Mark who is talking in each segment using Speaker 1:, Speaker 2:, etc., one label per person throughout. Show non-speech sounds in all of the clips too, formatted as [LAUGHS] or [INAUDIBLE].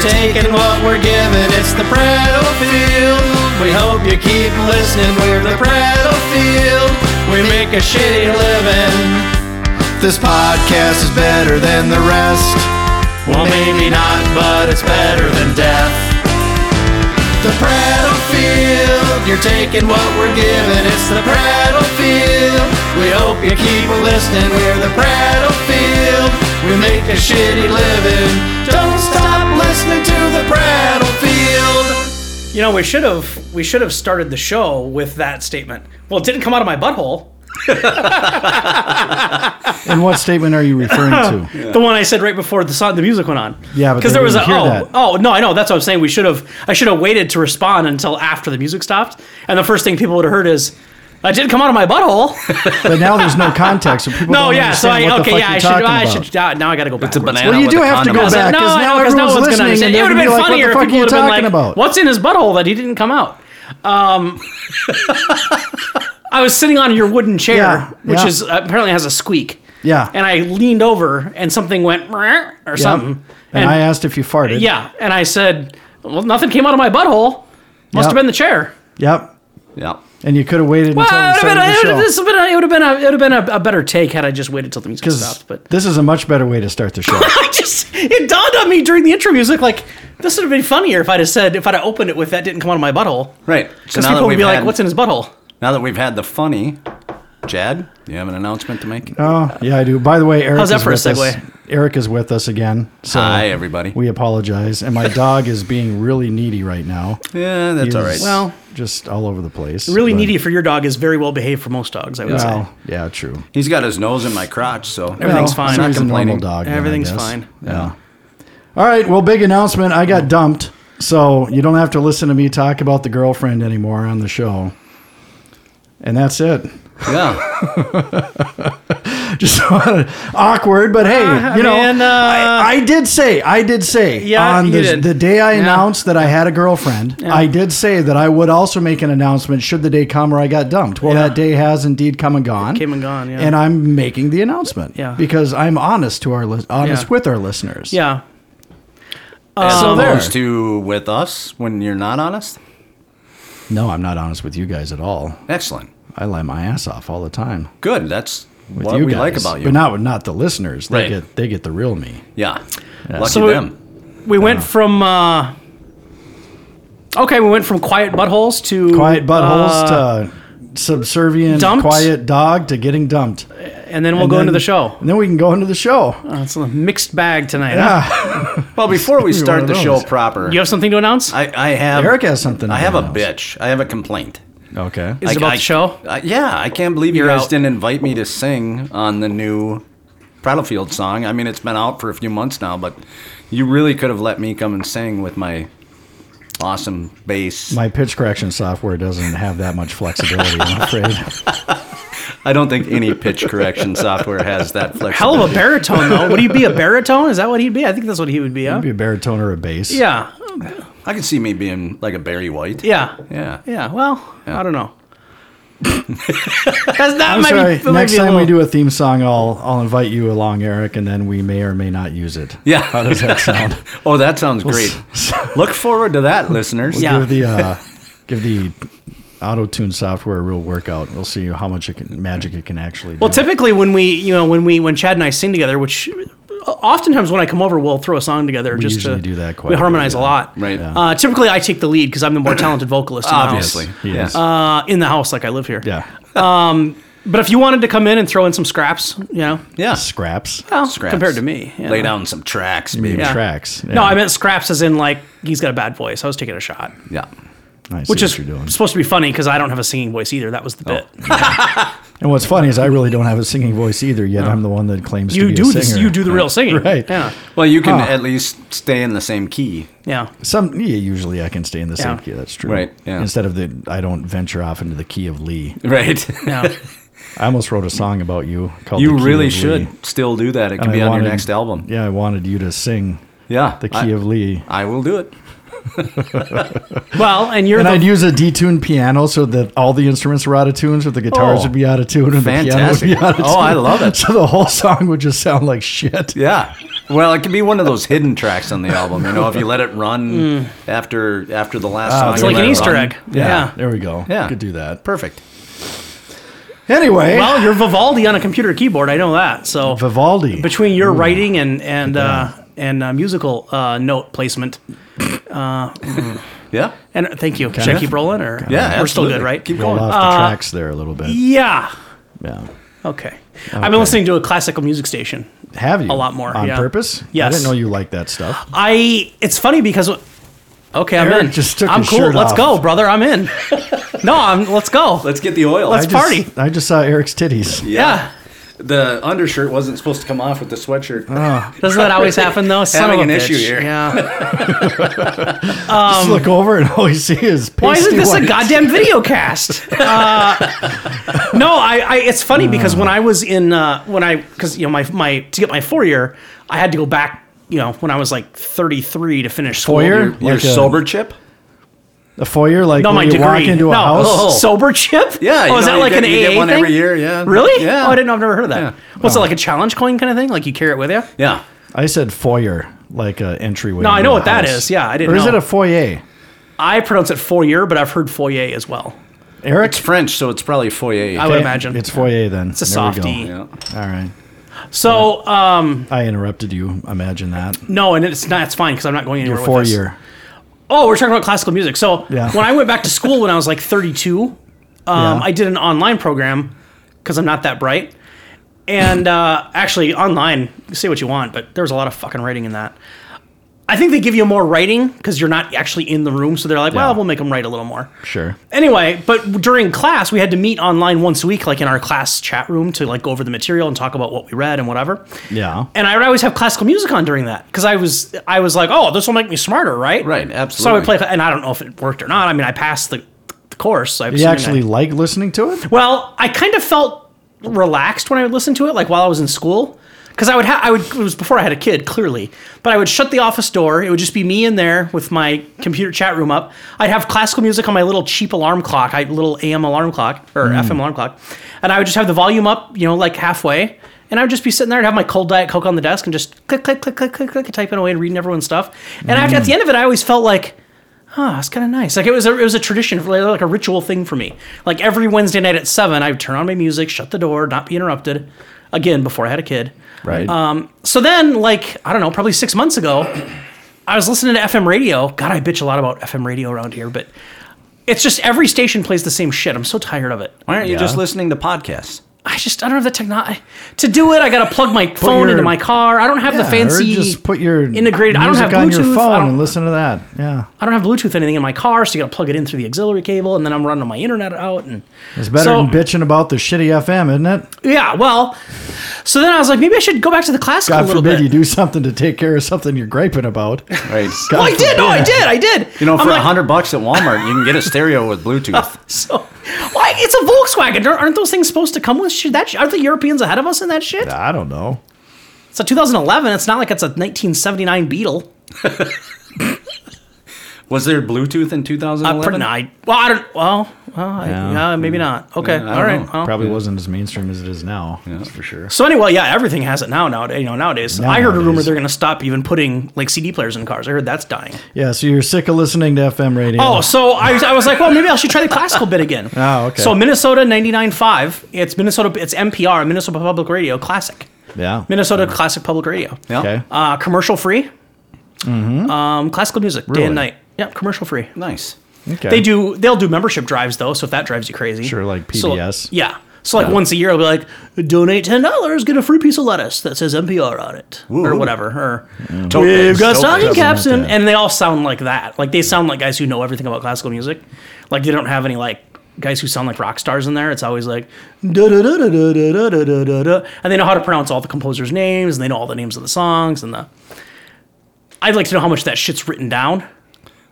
Speaker 1: taking what we're giving. It's the Prattle Field. We hope you keep listening. We're the Prattle Field. We make a shitty living. This podcast is better than the rest. Well, maybe not, but it's better than death. The Prattle Field. You're taking what we're giving. It's the Prattle Field. We hope you keep listening. We're the Prattle Field. We make a shitty living. Don't stop listening to the Prattle Field.
Speaker 2: You know, we should have we should have started the show with that statement. Well, it didn't come out of my butthole.
Speaker 3: [LAUGHS] And what statement are you referring
Speaker 2: [LAUGHS]
Speaker 3: to?
Speaker 2: The one I said right before the song, the music went on.
Speaker 3: Yeah, but
Speaker 2: because
Speaker 3: they
Speaker 2: there was a
Speaker 3: didn't hear
Speaker 2: oh
Speaker 3: that.
Speaker 2: oh no, I know that's what I'm saying. We should have I should have waited to respond until after the music stopped, and the first thing people would have heard is. I did come out of my butthole.
Speaker 3: But now there's no context, so people
Speaker 2: No,
Speaker 3: don't
Speaker 2: yeah. So
Speaker 3: understand
Speaker 2: I
Speaker 3: what the
Speaker 2: okay,
Speaker 3: fuck
Speaker 2: yeah.
Speaker 3: you're
Speaker 2: I should.
Speaker 3: talking
Speaker 2: I
Speaker 3: about.
Speaker 2: should. Uh, now I got to go back.
Speaker 4: It's a banana.
Speaker 3: Well, you
Speaker 4: with
Speaker 3: do
Speaker 4: a
Speaker 3: have to
Speaker 4: condom
Speaker 3: go
Speaker 4: on it.
Speaker 3: back
Speaker 2: No,
Speaker 3: because
Speaker 2: I know,
Speaker 3: now
Speaker 2: 'cause no
Speaker 3: everyone's
Speaker 2: one's gonna
Speaker 3: listening
Speaker 2: understand.
Speaker 3: and
Speaker 2: It
Speaker 3: they're
Speaker 2: would
Speaker 3: gonna
Speaker 2: have
Speaker 3: be
Speaker 2: been
Speaker 3: like,
Speaker 2: funnier
Speaker 3: "What
Speaker 2: if
Speaker 3: the fuck
Speaker 2: people
Speaker 3: are you
Speaker 2: would have been
Speaker 3: talking
Speaker 2: like,
Speaker 3: about?"
Speaker 2: "What's in his butthole that he didn't come out?" Um, [LAUGHS] I was sitting on your wooden chair,
Speaker 3: Yeah,
Speaker 2: which
Speaker 3: yeah.
Speaker 2: is uh, apparently has a squeak,
Speaker 3: Yeah,
Speaker 2: and I leaned over, and something went [LAUGHS] "Meh," or
Speaker 3: Yeah.
Speaker 2: something,
Speaker 3: And, I asked if you farted.
Speaker 2: yeah, and I said, "Well, nothing came out of my butthole. Must
Speaker 3: Yeah.
Speaker 2: have been the chair."
Speaker 3: Yep.
Speaker 4: Yeah.
Speaker 3: And you could have waited
Speaker 2: Well,
Speaker 3: until
Speaker 2: it
Speaker 3: the
Speaker 2: would
Speaker 3: end
Speaker 2: have
Speaker 3: of
Speaker 2: been,
Speaker 3: the show.
Speaker 2: it would have been, a, it would have been a, a better take had I just waited till the music stopped. But
Speaker 3: This is a much better way to start
Speaker 2: [LAUGHS]
Speaker 3: the show.
Speaker 2: I just it dawned on me during the intro music like this would have been funnier if I'd have said if I'd have opened it with that didn't come out of my butthole.
Speaker 4: Right. So
Speaker 2: Because
Speaker 4: now that
Speaker 2: people
Speaker 4: we've
Speaker 2: would be like,
Speaker 4: had-
Speaker 2: "What's in his butthole?"
Speaker 4: Now that we've had the funny, Jad, do you have an announcement to make?
Speaker 3: oh, yeah, I do. By the way, Eric
Speaker 2: How's that
Speaker 3: is
Speaker 2: for a
Speaker 3: with us.
Speaker 2: segue?
Speaker 3: Eric is with us again. So
Speaker 4: Hi, everybody.
Speaker 3: we
Speaker 2: [LAUGHS]
Speaker 3: apologize. And my dog is being really needy right now.
Speaker 4: yeah, that's all right.
Speaker 2: Well-
Speaker 3: just all over the place.
Speaker 2: Really
Speaker 3: but-
Speaker 2: needy for your dog is very well behaved for most dogs. I would say
Speaker 3: Well, yeah, true.
Speaker 4: he's got his nose in my crotch, so
Speaker 2: Everything's
Speaker 3: Well,
Speaker 2: fine.
Speaker 3: so
Speaker 4: I'm not
Speaker 3: he's a normal
Speaker 4: complaining.
Speaker 3: dog. then, I
Speaker 2: everything's
Speaker 3: guess.
Speaker 2: fine.
Speaker 3: Yeah. All right. Well, big announcement. I got dumped, so you don't have to listen to me talk about the girlfriend anymore on the show. And that's it.
Speaker 4: Yeah.
Speaker 3: Just [LAUGHS] awkward, but hey,
Speaker 2: Ah,
Speaker 3: you know,
Speaker 2: man, uh,
Speaker 3: I, I did say, I did say
Speaker 2: Yeah,
Speaker 3: on
Speaker 2: you
Speaker 3: the,
Speaker 2: did.
Speaker 3: the day I announced that I had a girlfriend, I did say that I would also make an announcement should the day come where I got dumped. Well,
Speaker 2: Yeah.
Speaker 3: that day has indeed come and gone.
Speaker 2: Came and gone, yeah.
Speaker 3: And I'm making the announcement.
Speaker 2: Yeah.
Speaker 3: Because I'm honest to our lis- honest
Speaker 2: Yeah.
Speaker 3: with our listeners.
Speaker 2: Yeah.
Speaker 4: As
Speaker 3: So there.
Speaker 4: opposed to with us when you're not honest.
Speaker 3: No, I'm not honest with you guys at all.
Speaker 4: Excellent.
Speaker 3: I lie my ass off all the time
Speaker 4: Good. That's
Speaker 3: with
Speaker 4: what
Speaker 3: you
Speaker 4: we
Speaker 3: guys,
Speaker 4: like about you.
Speaker 3: but not not the listeners. They
Speaker 4: Right.
Speaker 3: get they get the real me.
Speaker 4: yeah. Lucky
Speaker 2: So-
Speaker 4: them.
Speaker 2: We went from. uh Okay, we went from quiet buttholes to
Speaker 3: Quiet buttholes
Speaker 2: uh,
Speaker 3: to subservient
Speaker 2: dumped?
Speaker 3: quiet dog to getting dumped.
Speaker 2: and then we'll go into the
Speaker 3: [LAUGHS]
Speaker 2: show.
Speaker 3: and then we can go into the show. Ah,
Speaker 2: Uh, it's a mixed bag tonight. huh?
Speaker 3: Yeah,
Speaker 4: Well, before
Speaker 3: [LAUGHS]
Speaker 4: we
Speaker 3: You're one
Speaker 4: start
Speaker 3: of
Speaker 4: the show
Speaker 3: those.
Speaker 4: proper,
Speaker 2: You have something to announce?
Speaker 4: I, I have
Speaker 3: Eric has something.
Speaker 4: I
Speaker 3: to
Speaker 4: have a
Speaker 3: announce.
Speaker 4: bitch. I have a complaint.
Speaker 3: Okay.
Speaker 2: Is it
Speaker 4: I-
Speaker 2: about
Speaker 4: I-
Speaker 2: the show?
Speaker 4: I- yeah, I can't believe you
Speaker 2: You're
Speaker 4: guys
Speaker 2: out.
Speaker 4: didn't invite me to sing on the new Prattlefield song. I mean, it's been out for a few months now, but you really could have let me come and sing with my awesome bass.
Speaker 3: My pitch correction software doesn't have that much
Speaker 2: [LAUGHS]
Speaker 3: flexibility. I'm afraid.
Speaker 4: I don't think any pitch correction software has that flexibility.
Speaker 2: Hell of a baritone though. Would he be a baritone? Is that what he'd be? I think that's what he would be. Huh?
Speaker 3: Maybe a baritone or a bass.
Speaker 2: Yeah,
Speaker 4: I could see me being like a Barry White.
Speaker 2: yeah.
Speaker 4: Yeah.
Speaker 2: Yeah, well,
Speaker 4: Yeah.
Speaker 2: I don't
Speaker 3: [LAUGHS]
Speaker 2: know. That's that
Speaker 3: I'm
Speaker 2: might
Speaker 3: sorry.
Speaker 2: be, that might
Speaker 3: Next
Speaker 2: be a
Speaker 3: time we
Speaker 2: little-
Speaker 3: do a theme song, I'll I'll invite you along, Eric, and then we may or may not use it.
Speaker 4: Yeah.
Speaker 3: How does
Speaker 4: [LAUGHS]
Speaker 3: that sound?
Speaker 4: Oh, that sounds great. Look forward to that, listeners.
Speaker 2: Yeah.
Speaker 3: Give the uh, give the auto tune software a real workout. We'll see how much it can, magic it can actually.
Speaker 2: Well,
Speaker 3: do.
Speaker 2: typically when we, you know, when we when Chad and I sing together, which uh, oftentimes when I come over, we'll throw a song together. just
Speaker 3: usually
Speaker 2: to,
Speaker 3: do that quite
Speaker 2: we
Speaker 3: a bit,
Speaker 2: harmonize a
Speaker 3: yeah.
Speaker 2: lot.
Speaker 4: Right.
Speaker 2: Uh, typically, I take the lead because
Speaker 4: [COUGHS]
Speaker 2: I'm the more talented vocalist. In
Speaker 4: Obviously.
Speaker 2: the house.
Speaker 3: Yes.
Speaker 2: Uh, in the house, like I live here.
Speaker 3: yeah,
Speaker 2: But if you wanted to come in and throw in some scraps, you know,
Speaker 4: yeah.
Speaker 3: scraps,
Speaker 2: well,
Speaker 4: Scraps.
Speaker 2: compared to me, you
Speaker 4: Lay
Speaker 2: know.
Speaker 4: down some tracks, baby.
Speaker 2: Yeah.
Speaker 3: tracks.
Speaker 2: No, I meant scraps as in like he's got a bad voice. I was taking a shot,
Speaker 4: Yeah.
Speaker 2: which is
Speaker 3: what you're doing. Oh.
Speaker 2: supposed to be funny because I don't have a singing voice either. That was the bit.
Speaker 3: And what's funny is I really don't have a singing voice either. Yet I'm the one that claims to
Speaker 2: You
Speaker 3: be
Speaker 2: do
Speaker 3: a
Speaker 2: this.
Speaker 3: singer.
Speaker 2: You do the real singing.
Speaker 3: Right.
Speaker 2: Yeah.
Speaker 4: Well, you can
Speaker 3: Huh.
Speaker 4: at least stay in the same key.
Speaker 3: [LAUGHS]
Speaker 2: Yeah.
Speaker 3: Some yeah, usually I can stay in the same
Speaker 2: Yeah.
Speaker 3: key. That's true.
Speaker 4: Right, yeah.
Speaker 3: Instead of the I don't venture off into the key of Lee.
Speaker 4: Right.
Speaker 2: Yeah.
Speaker 3: I almost wrote a song about you called.
Speaker 4: [LAUGHS] You
Speaker 3: The Key
Speaker 4: really
Speaker 3: of Lee.
Speaker 4: should still do that. It can
Speaker 3: And
Speaker 4: be
Speaker 3: I
Speaker 4: on
Speaker 3: wanted-
Speaker 4: your next album.
Speaker 3: Yeah, I wanted you to sing
Speaker 4: Yeah.
Speaker 3: the key
Speaker 4: I,
Speaker 3: of Lee.
Speaker 4: I will do it.
Speaker 2: Well, and you're
Speaker 3: And
Speaker 2: the
Speaker 3: I'd use a detuned piano so that all the instruments were out of tune, so the guitars
Speaker 4: Oh,
Speaker 3: would be out of tune and the piano would
Speaker 4: Fantastic.
Speaker 3: [LAUGHS] be out of tune.
Speaker 4: Oh, I love it.
Speaker 3: So the whole song would just sound like shit.
Speaker 4: Yeah. Well, it could be one of those hidden tracks on the album. You know, if you let it
Speaker 2: [LAUGHS]
Speaker 4: run
Speaker 2: Mm.
Speaker 4: after after the last song,
Speaker 2: It's
Speaker 4: you
Speaker 2: like
Speaker 4: let
Speaker 2: an
Speaker 4: it
Speaker 2: Easter
Speaker 4: run.
Speaker 2: egg. Yeah.
Speaker 3: There we go.
Speaker 4: Yeah.
Speaker 3: Could do that.
Speaker 4: Perfect.
Speaker 3: Anyway,
Speaker 2: Well, you're Vivaldi on a computer keyboard. I know that. So
Speaker 3: Vivaldi.
Speaker 2: between your writing and and uh, and uh, musical uh, note placement,
Speaker 4: Yeah.
Speaker 2: and uh, thank you. Should I
Speaker 3: of.
Speaker 2: keep rolling, or
Speaker 4: Yeah,
Speaker 2: we're still
Speaker 4: absolutely.
Speaker 2: good, right?
Speaker 4: Keep
Speaker 3: Roll
Speaker 4: going.
Speaker 3: off the
Speaker 2: uh,
Speaker 3: tracks there a little bit.
Speaker 2: yeah.
Speaker 3: Yeah.
Speaker 2: Okay. I've been listening to a classical music station.
Speaker 3: Have you?
Speaker 2: A lot more,
Speaker 3: On
Speaker 2: yeah.
Speaker 3: purpose? I
Speaker 2: Yes.
Speaker 3: didn't know you liked that stuff.
Speaker 2: I. It's funny because. Okay, I'm
Speaker 3: Eric
Speaker 2: in.
Speaker 3: just took
Speaker 2: I'm
Speaker 3: his
Speaker 2: cool.
Speaker 3: shirt
Speaker 2: let's
Speaker 3: off.
Speaker 2: go, brother. I'm
Speaker 3: [LAUGHS]
Speaker 2: in. no, I'm. Let's go.
Speaker 4: Let's get the oil.
Speaker 2: Let's-
Speaker 3: I just,
Speaker 2: party.
Speaker 3: I just saw
Speaker 2: [LAUGHS]
Speaker 3: Eric's titties.
Speaker 2: yeah.
Speaker 4: The undershirt wasn't supposed to come off with the sweatshirt.
Speaker 2: Doesn't that always happen though? Son
Speaker 4: Having
Speaker 2: of a
Speaker 4: an
Speaker 2: bitch.
Speaker 4: issue here.
Speaker 2: Yeah.
Speaker 3: just look over and all you see is pasty
Speaker 2: Um, Why isn't this a
Speaker 3: white.
Speaker 2: goddamn video
Speaker 3: [LAUGHS]
Speaker 2: cast? Uh, no, I, I. It's funny because when I was in, uh, when I, because you know, my my to get my four year, I had to go back. You know, when I was like 33 to finish school.
Speaker 3: Foyer?
Speaker 4: Your, your
Speaker 3: Like a-
Speaker 4: sober chip?
Speaker 3: A foyer? Like
Speaker 2: No,
Speaker 3: when
Speaker 2: my
Speaker 3: you
Speaker 2: degree.
Speaker 3: walk into a
Speaker 2: no,
Speaker 3: house?
Speaker 2: [LAUGHS] sober chip.
Speaker 4: Yeah, you
Speaker 2: Oh, is
Speaker 4: know,
Speaker 2: that
Speaker 4: you
Speaker 2: like
Speaker 4: get-
Speaker 2: an
Speaker 4: you get
Speaker 2: AA
Speaker 4: one
Speaker 2: thing?
Speaker 4: every year, yeah.
Speaker 2: Really?
Speaker 4: Yeah.
Speaker 2: Oh, I didn't know. I've never heard of that.
Speaker 4: Yeah. Oh.
Speaker 2: What's it like a challenge coin kind of thing? Like you carry it with you?
Speaker 4: Yeah.
Speaker 3: I said foyer, like an entryway.
Speaker 2: No, I
Speaker 3: into
Speaker 2: know
Speaker 3: a
Speaker 2: what that
Speaker 3: house.
Speaker 2: is. Yeah, I didn't
Speaker 3: Or is
Speaker 2: know.
Speaker 3: it a foyer?
Speaker 2: I pronounce it foyer, but I've heard foyer as well.
Speaker 3: Eric?
Speaker 4: It's French, so it's probably foyer.
Speaker 2: I would imagine.
Speaker 3: It's foyer then. It's
Speaker 2: a softie.
Speaker 4: yeah.
Speaker 3: All right.
Speaker 2: so um,
Speaker 3: I interrupted you. Imagine that.
Speaker 2: no, and it's not. It's fine because I'm not going anywhere.
Speaker 3: Your
Speaker 2: with
Speaker 3: four
Speaker 2: this.
Speaker 3: year.
Speaker 2: Oh, we're talking about classical music. So
Speaker 3: Yeah.
Speaker 2: when I went back to school when I was like 32, um,
Speaker 3: Yeah.
Speaker 2: I did an online program because I'm not that bright. And uh, actually, online, say what you want, but there was a lot of fucking writing in that. I think they give you more writing because you're not actually in the room. So they're like, well,
Speaker 3: Yeah.
Speaker 2: we'll make them write a little more.
Speaker 3: Sure.
Speaker 2: Anyway, but during class, we had to meet online once a week, like in our class chat room, to like go over the material and talk about what we read and whatever.
Speaker 3: Yeah.
Speaker 2: And I would always have classical music on during that because I was I was like, oh, this will make me smarter, right?
Speaker 4: Right,
Speaker 2: So I would
Speaker 4: absolutely.
Speaker 2: play, and I don't know if it worked or not. I mean, I passed the, the course. So I
Speaker 3: You actually like listening to it?
Speaker 2: well, I kind of felt relaxed when I would listen to it, like while I was in school, because I would have I would it was before I had a kid, clearly, but I would shut the office door. It would just be me in there with my computer chat room up. I'd have classical music on my little cheap alarm clock, I little AM alarm clock or FM alarm clock, and I would just have the volume up, you know, like halfway. And I would just be sitting there and have my cold diet coke on the desk and just click, click, click, click, click, click, typing away and reading everyone's stuff. And after, at the end of it, I always felt like, oh, it's kind of nice. Like it was a, it was a tradition, like a ritual thing for me. Like every Wednesday night at seven, I would turn on my music, shut the door, not be interrupted. Again, before I had a kid.
Speaker 3: Right.
Speaker 2: Um, So then, like I don't know, probably six months ago, I was listening to FM radio. God, I bitch a lot about FM radio around here, but it's just every station plays the same shit. I'm so tired of it.
Speaker 4: Why aren't you
Speaker 3: Yeah.
Speaker 4: just listening to podcasts?
Speaker 2: I just I don't have the technology to do it. I gotta plug my phone
Speaker 3: your-
Speaker 2: into my car. I don't have the
Speaker 3: Yeah,
Speaker 2: fancy.
Speaker 3: Or just put your
Speaker 2: integrated. I don't
Speaker 3: music
Speaker 2: have
Speaker 3: on your
Speaker 2: Bluetooth. I
Speaker 3: phone
Speaker 2: don't-
Speaker 3: and listen to that. Yeah.
Speaker 2: I don't have Bluetooth anything in my car, so you gotta plug it in through the auxiliary cable, and then I'm running my internet out. And
Speaker 3: It's better
Speaker 2: So-
Speaker 3: than bitching about the shitty FM, isn't it?
Speaker 2: Yeah, well, so then I was like, maybe I should go back to the classical a
Speaker 3: God
Speaker 2: little
Speaker 3: forbid
Speaker 2: bit.
Speaker 3: you do something to take care of something you're griping about.
Speaker 2: [LAUGHS]
Speaker 4: Right.
Speaker 2: Oh, I did. No, I did. I did.
Speaker 4: You know,
Speaker 2: I'm
Speaker 4: for a
Speaker 2: like,
Speaker 4: hundred bucks at Walmart, you can get a stereo with Bluetooth.
Speaker 2: [LAUGHS] So, why? It's a Volkswagen. Don't- Aren't those things supposed to come with shit? That sh- aren't the Europeans ahead of us in that shit?
Speaker 3: I don't know.
Speaker 2: It's a 2011. It's not like it's a 1979 Beetle.
Speaker 4: Was there Bluetooth in 2011?
Speaker 2: Uh, pretty, nah, I, well, I don't. Well, well I,
Speaker 3: Yeah.
Speaker 2: yeah, maybe not. Okay,
Speaker 4: Yeah, I
Speaker 2: all
Speaker 4: don't
Speaker 2: right.
Speaker 4: know.
Speaker 2: well.
Speaker 3: Probably wasn't as mainstream as it is now. That's for sure.
Speaker 2: So anyway, yeah, everything has it now. Nowadays, you know, nowadays, I heard a rumor
Speaker 3: Nowadays.
Speaker 2: they're going to stop even putting like CD players in cars. I heard that's dying.
Speaker 3: Yeah, so you're sick of listening to FM radio.
Speaker 2: Oh, so I was, I was like, well, maybe I should try the classical bit again.
Speaker 3: Oh, okay.
Speaker 2: So Minnesota 99.5, it's Minnesota, it's NPR, Minnesota Public Radio Classic.
Speaker 3: yeah.
Speaker 2: Minnesota Classic Public Radio.
Speaker 4: Yeah.
Speaker 3: Okay.
Speaker 2: Uh, commercial free. Mm-hmm. Um, classical music, day
Speaker 3: Really?
Speaker 2: and night. Yeah, commercial free.
Speaker 4: Nice.
Speaker 3: Okay.
Speaker 2: They do, they'll do membership drives though, so if that drives you crazy.
Speaker 3: Sure, like
Speaker 2: So-
Speaker 3: PBS.
Speaker 2: yeah. So like once a year, I'll be like, donate ten dollars, get a free piece of lettuce that says NPR on it, or whatever. Or we've got stocking caps,
Speaker 3: like
Speaker 2: and,
Speaker 3: that.
Speaker 2: and they all sound like that. Like they sound like guys who know everything about classical music. Like they don't have any like guys who sound like rock stars in there. It's always like da da da da da da da da da da, and they know how to pronounce all the composers' names, and they know all the names of the songs, and the. I'd like to know how much that shit's written down.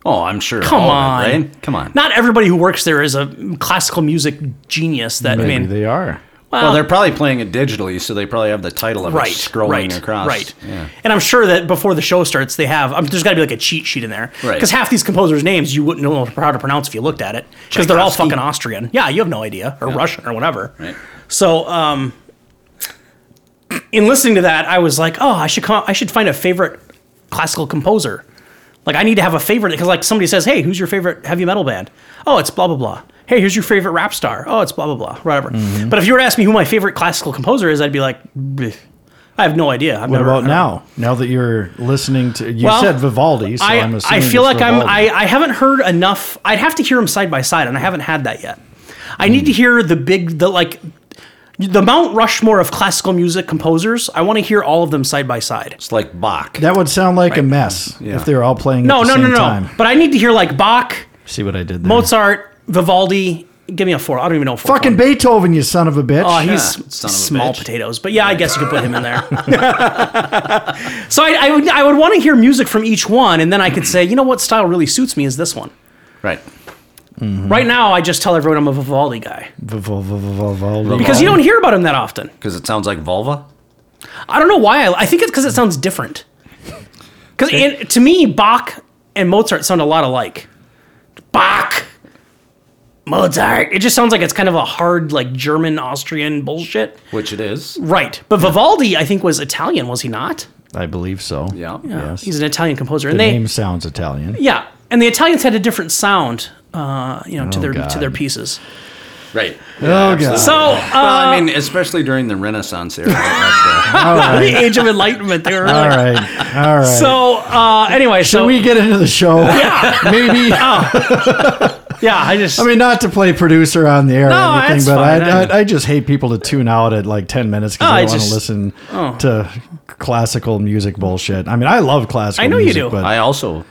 Speaker 4: Oh, I'm sure.
Speaker 2: Come
Speaker 4: all
Speaker 2: on,
Speaker 4: of it, right? Come on.
Speaker 2: Not everybody who works there is a classical music genius. That
Speaker 3: Maybe
Speaker 2: I mean,
Speaker 3: they are.
Speaker 4: well, they're probably playing it digitally, so they probably have the title of
Speaker 2: right,
Speaker 4: it scrolling
Speaker 2: right,
Speaker 4: across.
Speaker 2: Right.
Speaker 4: Yeah.
Speaker 2: And I'm sure that before the show starts, they have. Um, there's got to be like a cheat sheet in there,
Speaker 4: Right.
Speaker 2: Because half these composers' names you wouldn't know how to pronounce if you looked at it, because they're all
Speaker 4: Tchaikovsky.
Speaker 2: fucking Austrian. Yeah, you have no idea, or Russian, or whatever.
Speaker 4: Right.
Speaker 2: So, um, in listening to that, I was like, oh, I should come, I should find a favorite classical composer. Like I need to have a favorite because like somebody says, hey, who's your favorite heavy metal band? Oh, it's blah blah blah. Hey, here's your favorite rap star. Oh, it's blah blah blah. Whatever.
Speaker 3: Mm-hmm.
Speaker 2: But if you were to ask me who my favorite classical composer is, I'd be like, "Bleh. I have no idea. I've
Speaker 3: What
Speaker 2: never-
Speaker 3: about
Speaker 2: I-
Speaker 3: now? Now that you're listening to, you
Speaker 2: Well,
Speaker 3: said Vivaldi, so I, am
Speaker 2: I,
Speaker 3: assuming
Speaker 2: I feel
Speaker 3: it's
Speaker 2: like I'm
Speaker 3: Vivaldi.
Speaker 2: I, I haven't heard enough. I'd have to hear them side by side, and I haven't had that yet. I need to hear the big the like the Mount Rushmore of classical music composers. I want to hear all of them side by side.
Speaker 4: It's like Bach.
Speaker 3: That would sound like a mess
Speaker 4: Yeah.
Speaker 3: if they were all playing
Speaker 2: No,
Speaker 3: at the
Speaker 2: no,
Speaker 3: same
Speaker 2: no, no.
Speaker 3: time.
Speaker 2: But I need to hear like Bach,
Speaker 3: See what I did there?
Speaker 2: Mozart, Vivaldi. Give me a four. I don't even know. a Four
Speaker 3: Fucking Beethoven, you son of a bitch.
Speaker 2: Oh, he's
Speaker 4: Yeah, son of a
Speaker 2: small
Speaker 4: bitch.
Speaker 2: potatoes, but yeah, I guess you could put him in
Speaker 3: [LAUGHS]
Speaker 2: there. [LAUGHS] so I, I would, I would want to hear music from each one, and then I could say, you know what style really suits me is this one.
Speaker 4: Right.
Speaker 3: Mm-hmm.
Speaker 2: Right now, I just tell everyone I'm a Vivaldi guy
Speaker 3: V- v- v- v- Vivaldi.
Speaker 2: because you don't hear about him that often.
Speaker 4: Because it sounds like vulva.
Speaker 2: I don't know why. I, I think it's because it sounds different. Because to me, Bach and Mozart sound a lot alike. Bach, Mozart. It just sounds like it's kind of a hard, like German, Austrian bullshit.
Speaker 4: Which it is.
Speaker 2: Right. But Vivaldi, I think, was Italian, was he not?
Speaker 3: I believe so.
Speaker 4: Yeah.
Speaker 3: Yes.
Speaker 2: He's an Italian composer,
Speaker 3: the
Speaker 2: and they
Speaker 3: name sounds Italian.
Speaker 2: yeah, and the Italians had a different sound, uh, you know, to
Speaker 3: Oh,
Speaker 2: their
Speaker 3: God.
Speaker 2: to their pieces.
Speaker 4: Right.
Speaker 3: Oh, God.
Speaker 2: So uh,
Speaker 4: well, I mean, especially during the Renaissance era. that's, uh,
Speaker 3: all
Speaker 2: [LAUGHS] the
Speaker 3: right.
Speaker 2: Age of Enlightenment, they were really
Speaker 3: All right. All right.
Speaker 2: So uh, anyway,
Speaker 3: Should
Speaker 2: so
Speaker 3: we get into the show? Yeah. [LAUGHS] Maybe.
Speaker 2: yeah, I just
Speaker 3: I mean, not to play producer on the air
Speaker 2: No,
Speaker 3: or
Speaker 2: that's
Speaker 3: anything, but
Speaker 2: fine.
Speaker 3: I, I, I just hate people to tune out at like 10 minutes because
Speaker 2: Oh,
Speaker 3: they
Speaker 2: I
Speaker 3: want to
Speaker 2: just- oh.
Speaker 3: listen to classical music bullshit. I mean, I love classical
Speaker 2: I know you
Speaker 3: music,
Speaker 2: do.
Speaker 3: But
Speaker 4: I also,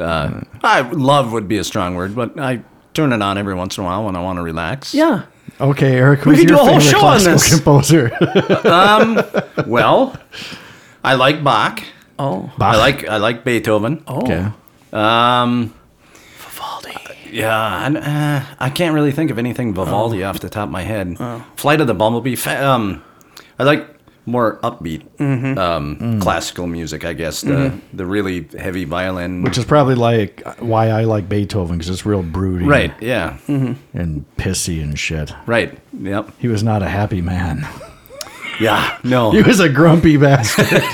Speaker 4: uh, I love would be a strong word, but I turn it on every once in a while when I want to relax.
Speaker 2: yeah.
Speaker 3: okay, Eric, who's
Speaker 2: could
Speaker 3: your
Speaker 2: do a whole
Speaker 3: favorite
Speaker 2: show on
Speaker 3: classical
Speaker 2: this.
Speaker 3: composer?
Speaker 4: [LAUGHS] Well, I like Bach.
Speaker 2: Oh,
Speaker 4: I like I like Beethoven.
Speaker 2: oh,
Speaker 3: Okay.
Speaker 2: Vivaldi.
Speaker 4: Yeah, and, uh, I can't really think of anything
Speaker 3: Oh.
Speaker 4: Vivaldi off the top of my head. Flight of the Bumblebee. Fa- um, I like more upbeat
Speaker 3: Mm-hmm.
Speaker 4: um,
Speaker 3: Mm.
Speaker 4: classical music, I guess. The the really heavy violin.
Speaker 3: [LAUGHS] Which is probably like why I like Beethoven because it's real broody
Speaker 4: right. Yeah.
Speaker 3: Mm-hmm. and pissy and shit.
Speaker 4: Right. Yep.
Speaker 3: He was not a happy man. [LAUGHS]
Speaker 4: Yeah. No.
Speaker 3: He was a grumpy [LAUGHS] bastard.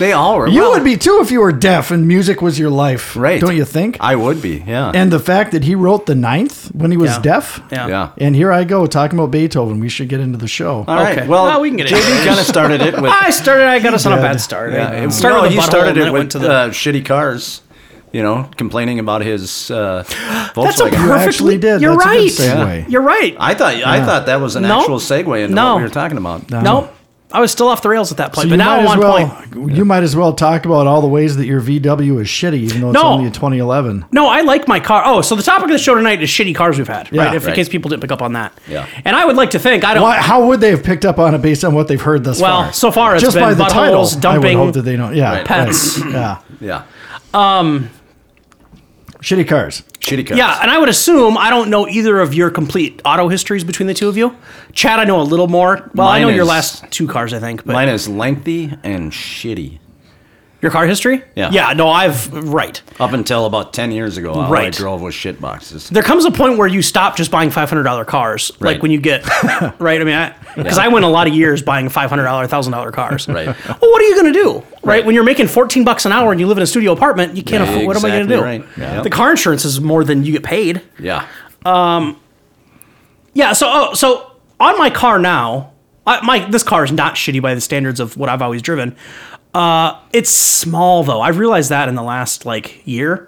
Speaker 4: they all were.
Speaker 3: you
Speaker 4: well,
Speaker 3: would be too if you were deaf and music was your life,
Speaker 4: Right.
Speaker 3: Don't you think?
Speaker 4: I would be. Yeah.
Speaker 3: and the fact that he wrote the ninth when he was
Speaker 2: Yeah.
Speaker 3: deaf.
Speaker 2: Yeah.
Speaker 4: yeah.
Speaker 3: And here I go talking about Beethoven. We should get into the show.
Speaker 4: All right.
Speaker 2: Okay.
Speaker 4: Well,
Speaker 2: Well, we can get into
Speaker 4: JD kind of started it with.
Speaker 2: [LAUGHS] I started. I got us on a
Speaker 3: did.
Speaker 2: bad start. I
Speaker 4: it
Speaker 2: started
Speaker 4: no,
Speaker 2: with a
Speaker 4: he
Speaker 2: butthole
Speaker 4: started
Speaker 2: and then
Speaker 4: it
Speaker 2: it
Speaker 4: with
Speaker 2: went to the.
Speaker 4: uh, shitty cars. You know, complaining about his uh,
Speaker 2: [GASPS] that's a
Speaker 4: Volkswagen.
Speaker 2: perfect.
Speaker 3: actually did.
Speaker 2: You're
Speaker 3: That's a good
Speaker 2: right.
Speaker 3: segue. Yeah.
Speaker 2: You're right.
Speaker 4: I thought I thought that was an
Speaker 2: No.
Speaker 4: actual segue into
Speaker 2: No.
Speaker 4: what we were talking about.
Speaker 2: nope. I was still off the rails at that point,
Speaker 3: So
Speaker 2: but
Speaker 3: you
Speaker 2: now
Speaker 3: might
Speaker 2: I'm
Speaker 3: as
Speaker 2: on
Speaker 3: well,
Speaker 2: point.
Speaker 3: You might as well talk about all the ways that your VW is shitty, even though it's
Speaker 2: No.
Speaker 3: only a 2011.
Speaker 2: No, I like my car. Oh, so the topic of the show tonight is shitty cars we've had, right?
Speaker 3: Yeah.
Speaker 2: If in
Speaker 4: Right.
Speaker 2: case people didn't pick up on that.
Speaker 4: Yeah.
Speaker 2: And I would like to think I don't.
Speaker 3: Why, how would they have picked up on it based on what they've heard thus
Speaker 2: Well,
Speaker 3: far?
Speaker 2: so far it's
Speaker 3: just
Speaker 2: been
Speaker 3: by the title.
Speaker 2: buttholes,
Speaker 3: I
Speaker 2: dumping,
Speaker 3: would hope that they don't. Yeah,
Speaker 4: Right.
Speaker 2: pets.
Speaker 3: right. yeah,
Speaker 4: Yeah,
Speaker 3: shitty cars.
Speaker 4: shitty cars.
Speaker 2: Yeah, and I would assume I don't know either of your complete auto histories between the two of you. Chad, I know a little more. Well, I
Speaker 4: Mine
Speaker 2: know your
Speaker 4: is-
Speaker 2: last two cars, I think. But
Speaker 4: mine is lengthy and shitty.
Speaker 2: your car history?
Speaker 4: Yeah.
Speaker 2: Yeah. No, I've right.
Speaker 4: Up until about ten years ago, all I
Speaker 2: Right.
Speaker 4: drove was shit boxes.
Speaker 2: There comes a point where you stop just buying five hundred dollar cars, like
Speaker 4: Right.
Speaker 2: when you get
Speaker 4: [LAUGHS]
Speaker 2: right. I mean, because
Speaker 4: Yeah.
Speaker 2: I went a lot of years buying five hundred dollar, thousand dollar cars.
Speaker 4: Right.
Speaker 2: Well, what are you going to do? Right?
Speaker 4: Right.
Speaker 2: When you're making fourteen bucks an hour and you live in a studio apartment, you can't
Speaker 4: Yeah,
Speaker 2: afford. What am I going to do?
Speaker 4: exactly right. Yeah.
Speaker 2: The car insurance is more than you get paid.
Speaker 4: Yeah,
Speaker 2: Yeah. So, oh, so on my car now, I, my this car is not shitty by the standards of what I've always driven. Uh, it's small though. I realized that in the last like year.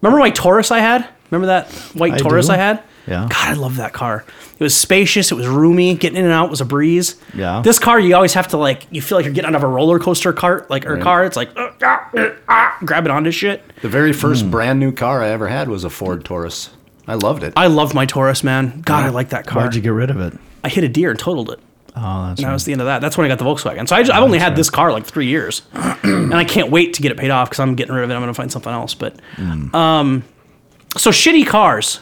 Speaker 2: Remember my Taurus I had? Remember that white
Speaker 3: I
Speaker 2: Taurus
Speaker 3: do.
Speaker 2: I had?
Speaker 3: Yeah.
Speaker 2: God, I love that car. It was spacious. It was roomy. Getting in and out was a breeze.
Speaker 3: Yeah.
Speaker 2: This car, you always have to like. You feel like you're getting out of a roller coaster cart, like or car. It's like uh, ah, uh, ah, grabbing onto shit.
Speaker 4: the very first
Speaker 2: Hmm.
Speaker 4: brand new car I ever had was a Ford Taurus. I loved it.
Speaker 2: I love my Taurus, man. God, I like that car.
Speaker 3: Why'd you get rid of it?
Speaker 2: I hit a deer and totaled it.
Speaker 3: Oh, that's
Speaker 2: That
Speaker 3: right. Oh,
Speaker 2: was the end of that. That's when I got the Volkswagen. So I just, I've only had this car like three years, [CLEARS THROAT] and I can't wait to get it paid off because I'm getting rid of it. I'm going to find something else. But, um,
Speaker 3: Hmm.
Speaker 2: so shitty cars.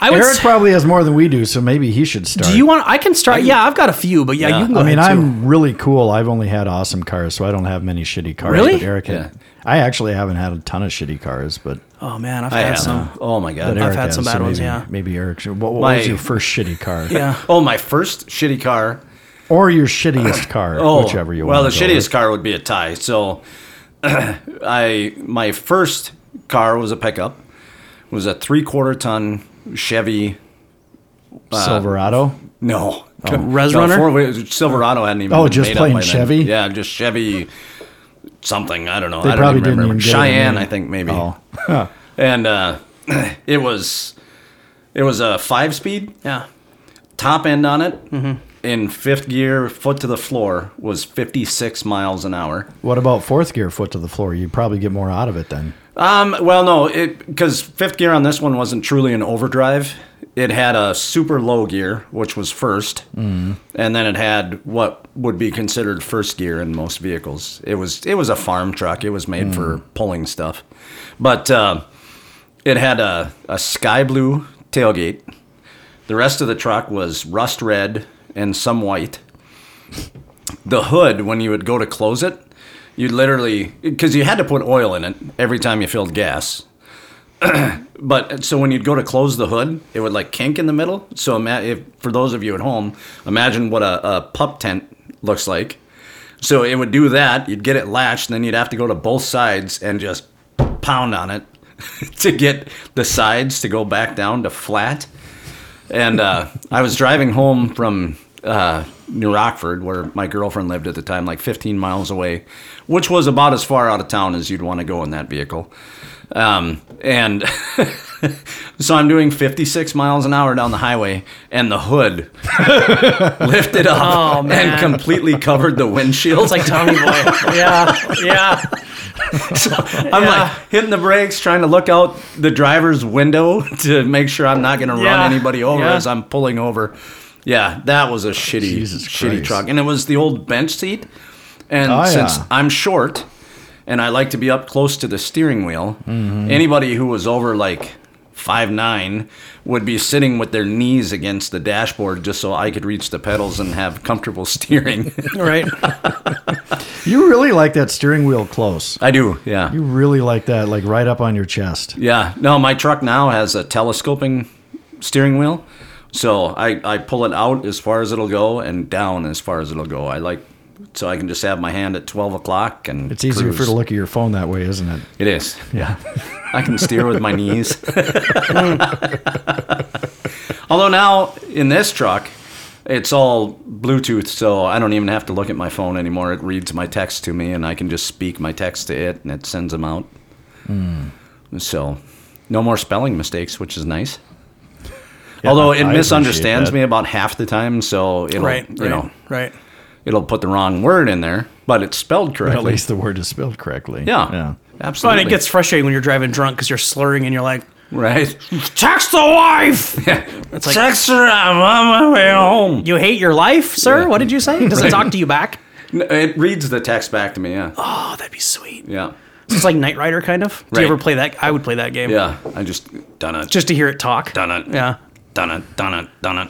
Speaker 2: I would.
Speaker 3: Eric
Speaker 2: say-
Speaker 3: probably has more than we do, so maybe he should start.
Speaker 2: do you want? I can start. yeah, I've got a few, but yeah,
Speaker 4: Yeah.
Speaker 2: you can go
Speaker 3: I mean,
Speaker 2: ahead, too.
Speaker 3: I'm really cool. I've only had awesome cars, so I don't have many shitty cars.
Speaker 2: Really?
Speaker 3: But Eric, had-
Speaker 4: Yeah.
Speaker 3: I actually haven't had a ton of shitty cars, but
Speaker 2: Oh man, I've
Speaker 4: I
Speaker 2: had
Speaker 4: had
Speaker 2: some.
Speaker 4: Oh my
Speaker 3: but
Speaker 4: god.
Speaker 3: Eric
Speaker 2: had
Speaker 3: has,
Speaker 2: some bad
Speaker 3: maybe,
Speaker 2: ones, yeah.
Speaker 3: Maybe Eric. should- What, what
Speaker 4: My- [LAUGHS]
Speaker 3: was your first shitty car?
Speaker 2: Yeah.
Speaker 4: Oh, my first shitty car
Speaker 3: or your shittiest car, whichever you
Speaker 4: Oh, well,
Speaker 3: want.
Speaker 4: the shittiest car would be a tie. So, [CLEARS THROAT] I my first car was a pickup. It was a three quarter ton Chevy. uh,
Speaker 3: Silverado.
Speaker 4: No,
Speaker 2: Res
Speaker 4: no,
Speaker 2: Runner?
Speaker 4: four-wheel- Silverado hadn't even.
Speaker 3: Oh,
Speaker 4: been
Speaker 3: just
Speaker 4: made up
Speaker 3: plain
Speaker 4: by then.
Speaker 3: Chevy?
Speaker 4: Yeah, just Chevy. Something I don't know.
Speaker 3: They
Speaker 4: I don't
Speaker 3: probably
Speaker 4: even
Speaker 3: didn't
Speaker 4: remember.
Speaker 3: even get it
Speaker 4: Cheyenne,
Speaker 3: made.
Speaker 4: I think maybe.
Speaker 3: Oh.
Speaker 4: And uh, [CLEARS THROAT] it was, it was a five speed.
Speaker 2: Yeah.
Speaker 4: top end on it
Speaker 3: Mm-hmm.
Speaker 4: in fifth gear, foot to the floor, was 56 miles an hour.
Speaker 3: What about fourth gear foot to the floor? You'd probably get more out of it then.
Speaker 4: Um, well, no, it because fifth gear on this one wasn't truly an overdrive. It had a super low gear, which was first, and then it had what would be considered first gear in most vehicles. It was it was a farm truck. It was made for pulling stuff, but uh, it had a, a sky blue tailgate. The rest of the truck was rust red and some white. The hood, when you would go to close it, you literally because you had to put oil in it every time you filled gas. [CLEARS THROAT] but so when you'd go to close the hood, it would like kink in the middle. So ima- if, for those of you at home, imagine what a, a pup tent looks like. So it would do that. You'd get it latched, and then you'd have to go to both sides and just pound on it [LAUGHS] to get the sides to go back down to flat. And uh, I was driving home from uh, New Rockford, where my girlfriend lived at the time, like 15 miles away, which was about as far out of town as you'd want to go in that vehicle. Um, and [LAUGHS] so I'm doing 56 miles an hour down the highway, and the hood [LAUGHS] lifted up
Speaker 2: Oh, man.
Speaker 4: and completely covered the windshield.
Speaker 2: It's like Tommy Boy. yeah. Yeah. [LAUGHS]
Speaker 4: I'm
Speaker 2: Yeah.
Speaker 4: like hitting the brakes, trying to look out the driver's window [LAUGHS] to make sure I'm not going to
Speaker 2: Yeah.
Speaker 4: run anybody over
Speaker 2: Yeah.
Speaker 4: as I'm pulling over. Yeah, that was a shitty,
Speaker 3: Jesus
Speaker 4: shitty
Speaker 3: Christ.
Speaker 4: truck, and it was the old bench seat. And
Speaker 3: Oh,
Speaker 4: since
Speaker 3: yeah.
Speaker 4: I'm short, and I like to be up close to the steering wheel,
Speaker 3: Mm-hmm.
Speaker 4: anybody who was over like five nine would be sitting with their knees against the dashboard just so I could reach the pedals and have comfortable [LAUGHS] steering.
Speaker 2: All right.
Speaker 3: You really like that steering wheel close.
Speaker 4: I do, yeah.
Speaker 3: You really like that, like right up on your chest.
Speaker 4: Yeah. No, my truck now has a telescoping steering wheel. So I, I pull it out as far as it'll go and down as far as it'll go. I like so I can just have my hand at twelve o'clock and
Speaker 3: It's easier for you
Speaker 4: cruise.
Speaker 3: to look at your phone that way, isn't it?
Speaker 4: It is.
Speaker 3: Yeah. [LAUGHS]
Speaker 4: I can steer with my knees. Although now in this truck, it's all Bluetooth, so I don't even have to look at my phone anymore. It reads my text to me, and I can just speak my text to it, and it sends them out.
Speaker 3: Hmm.
Speaker 4: So, no more spelling mistakes, which is nice. Although
Speaker 3: I
Speaker 4: it
Speaker 3: appreciate
Speaker 4: misunderstands
Speaker 3: that. [LAUGHS]
Speaker 4: me about half the time, so it'll
Speaker 2: Right.
Speaker 4: you
Speaker 2: right,
Speaker 4: know
Speaker 2: Right.
Speaker 4: it'll put the wrong word in there, but it's spelled correctly.
Speaker 3: At least the word is spelled correctly.
Speaker 4: yeah,
Speaker 3: Yeah.
Speaker 2: Well,
Speaker 4: absolutely.
Speaker 2: and it gets frustrating when you're driving drunk because you're slurring and you're like,
Speaker 4: right. [LAUGHS]
Speaker 2: text the wife. It's like,
Speaker 4: Text her. I'm on my way home.
Speaker 2: you hate your life, sir? What did you
Speaker 4: [LAUGHS]
Speaker 2: say? Does it talk to you back?
Speaker 4: N- It reads the text back to me. Yeah.
Speaker 2: Oh, that'd be sweet.
Speaker 4: Yeah.
Speaker 2: It's like Knight Rider, kind of. Do you
Speaker 4: Right.
Speaker 2: ever play that? I would play that game.
Speaker 4: Yeah. I just done it.
Speaker 2: Just to hear it talk.
Speaker 4: done it.
Speaker 2: Yeah.
Speaker 4: Done it. Done it. Done it.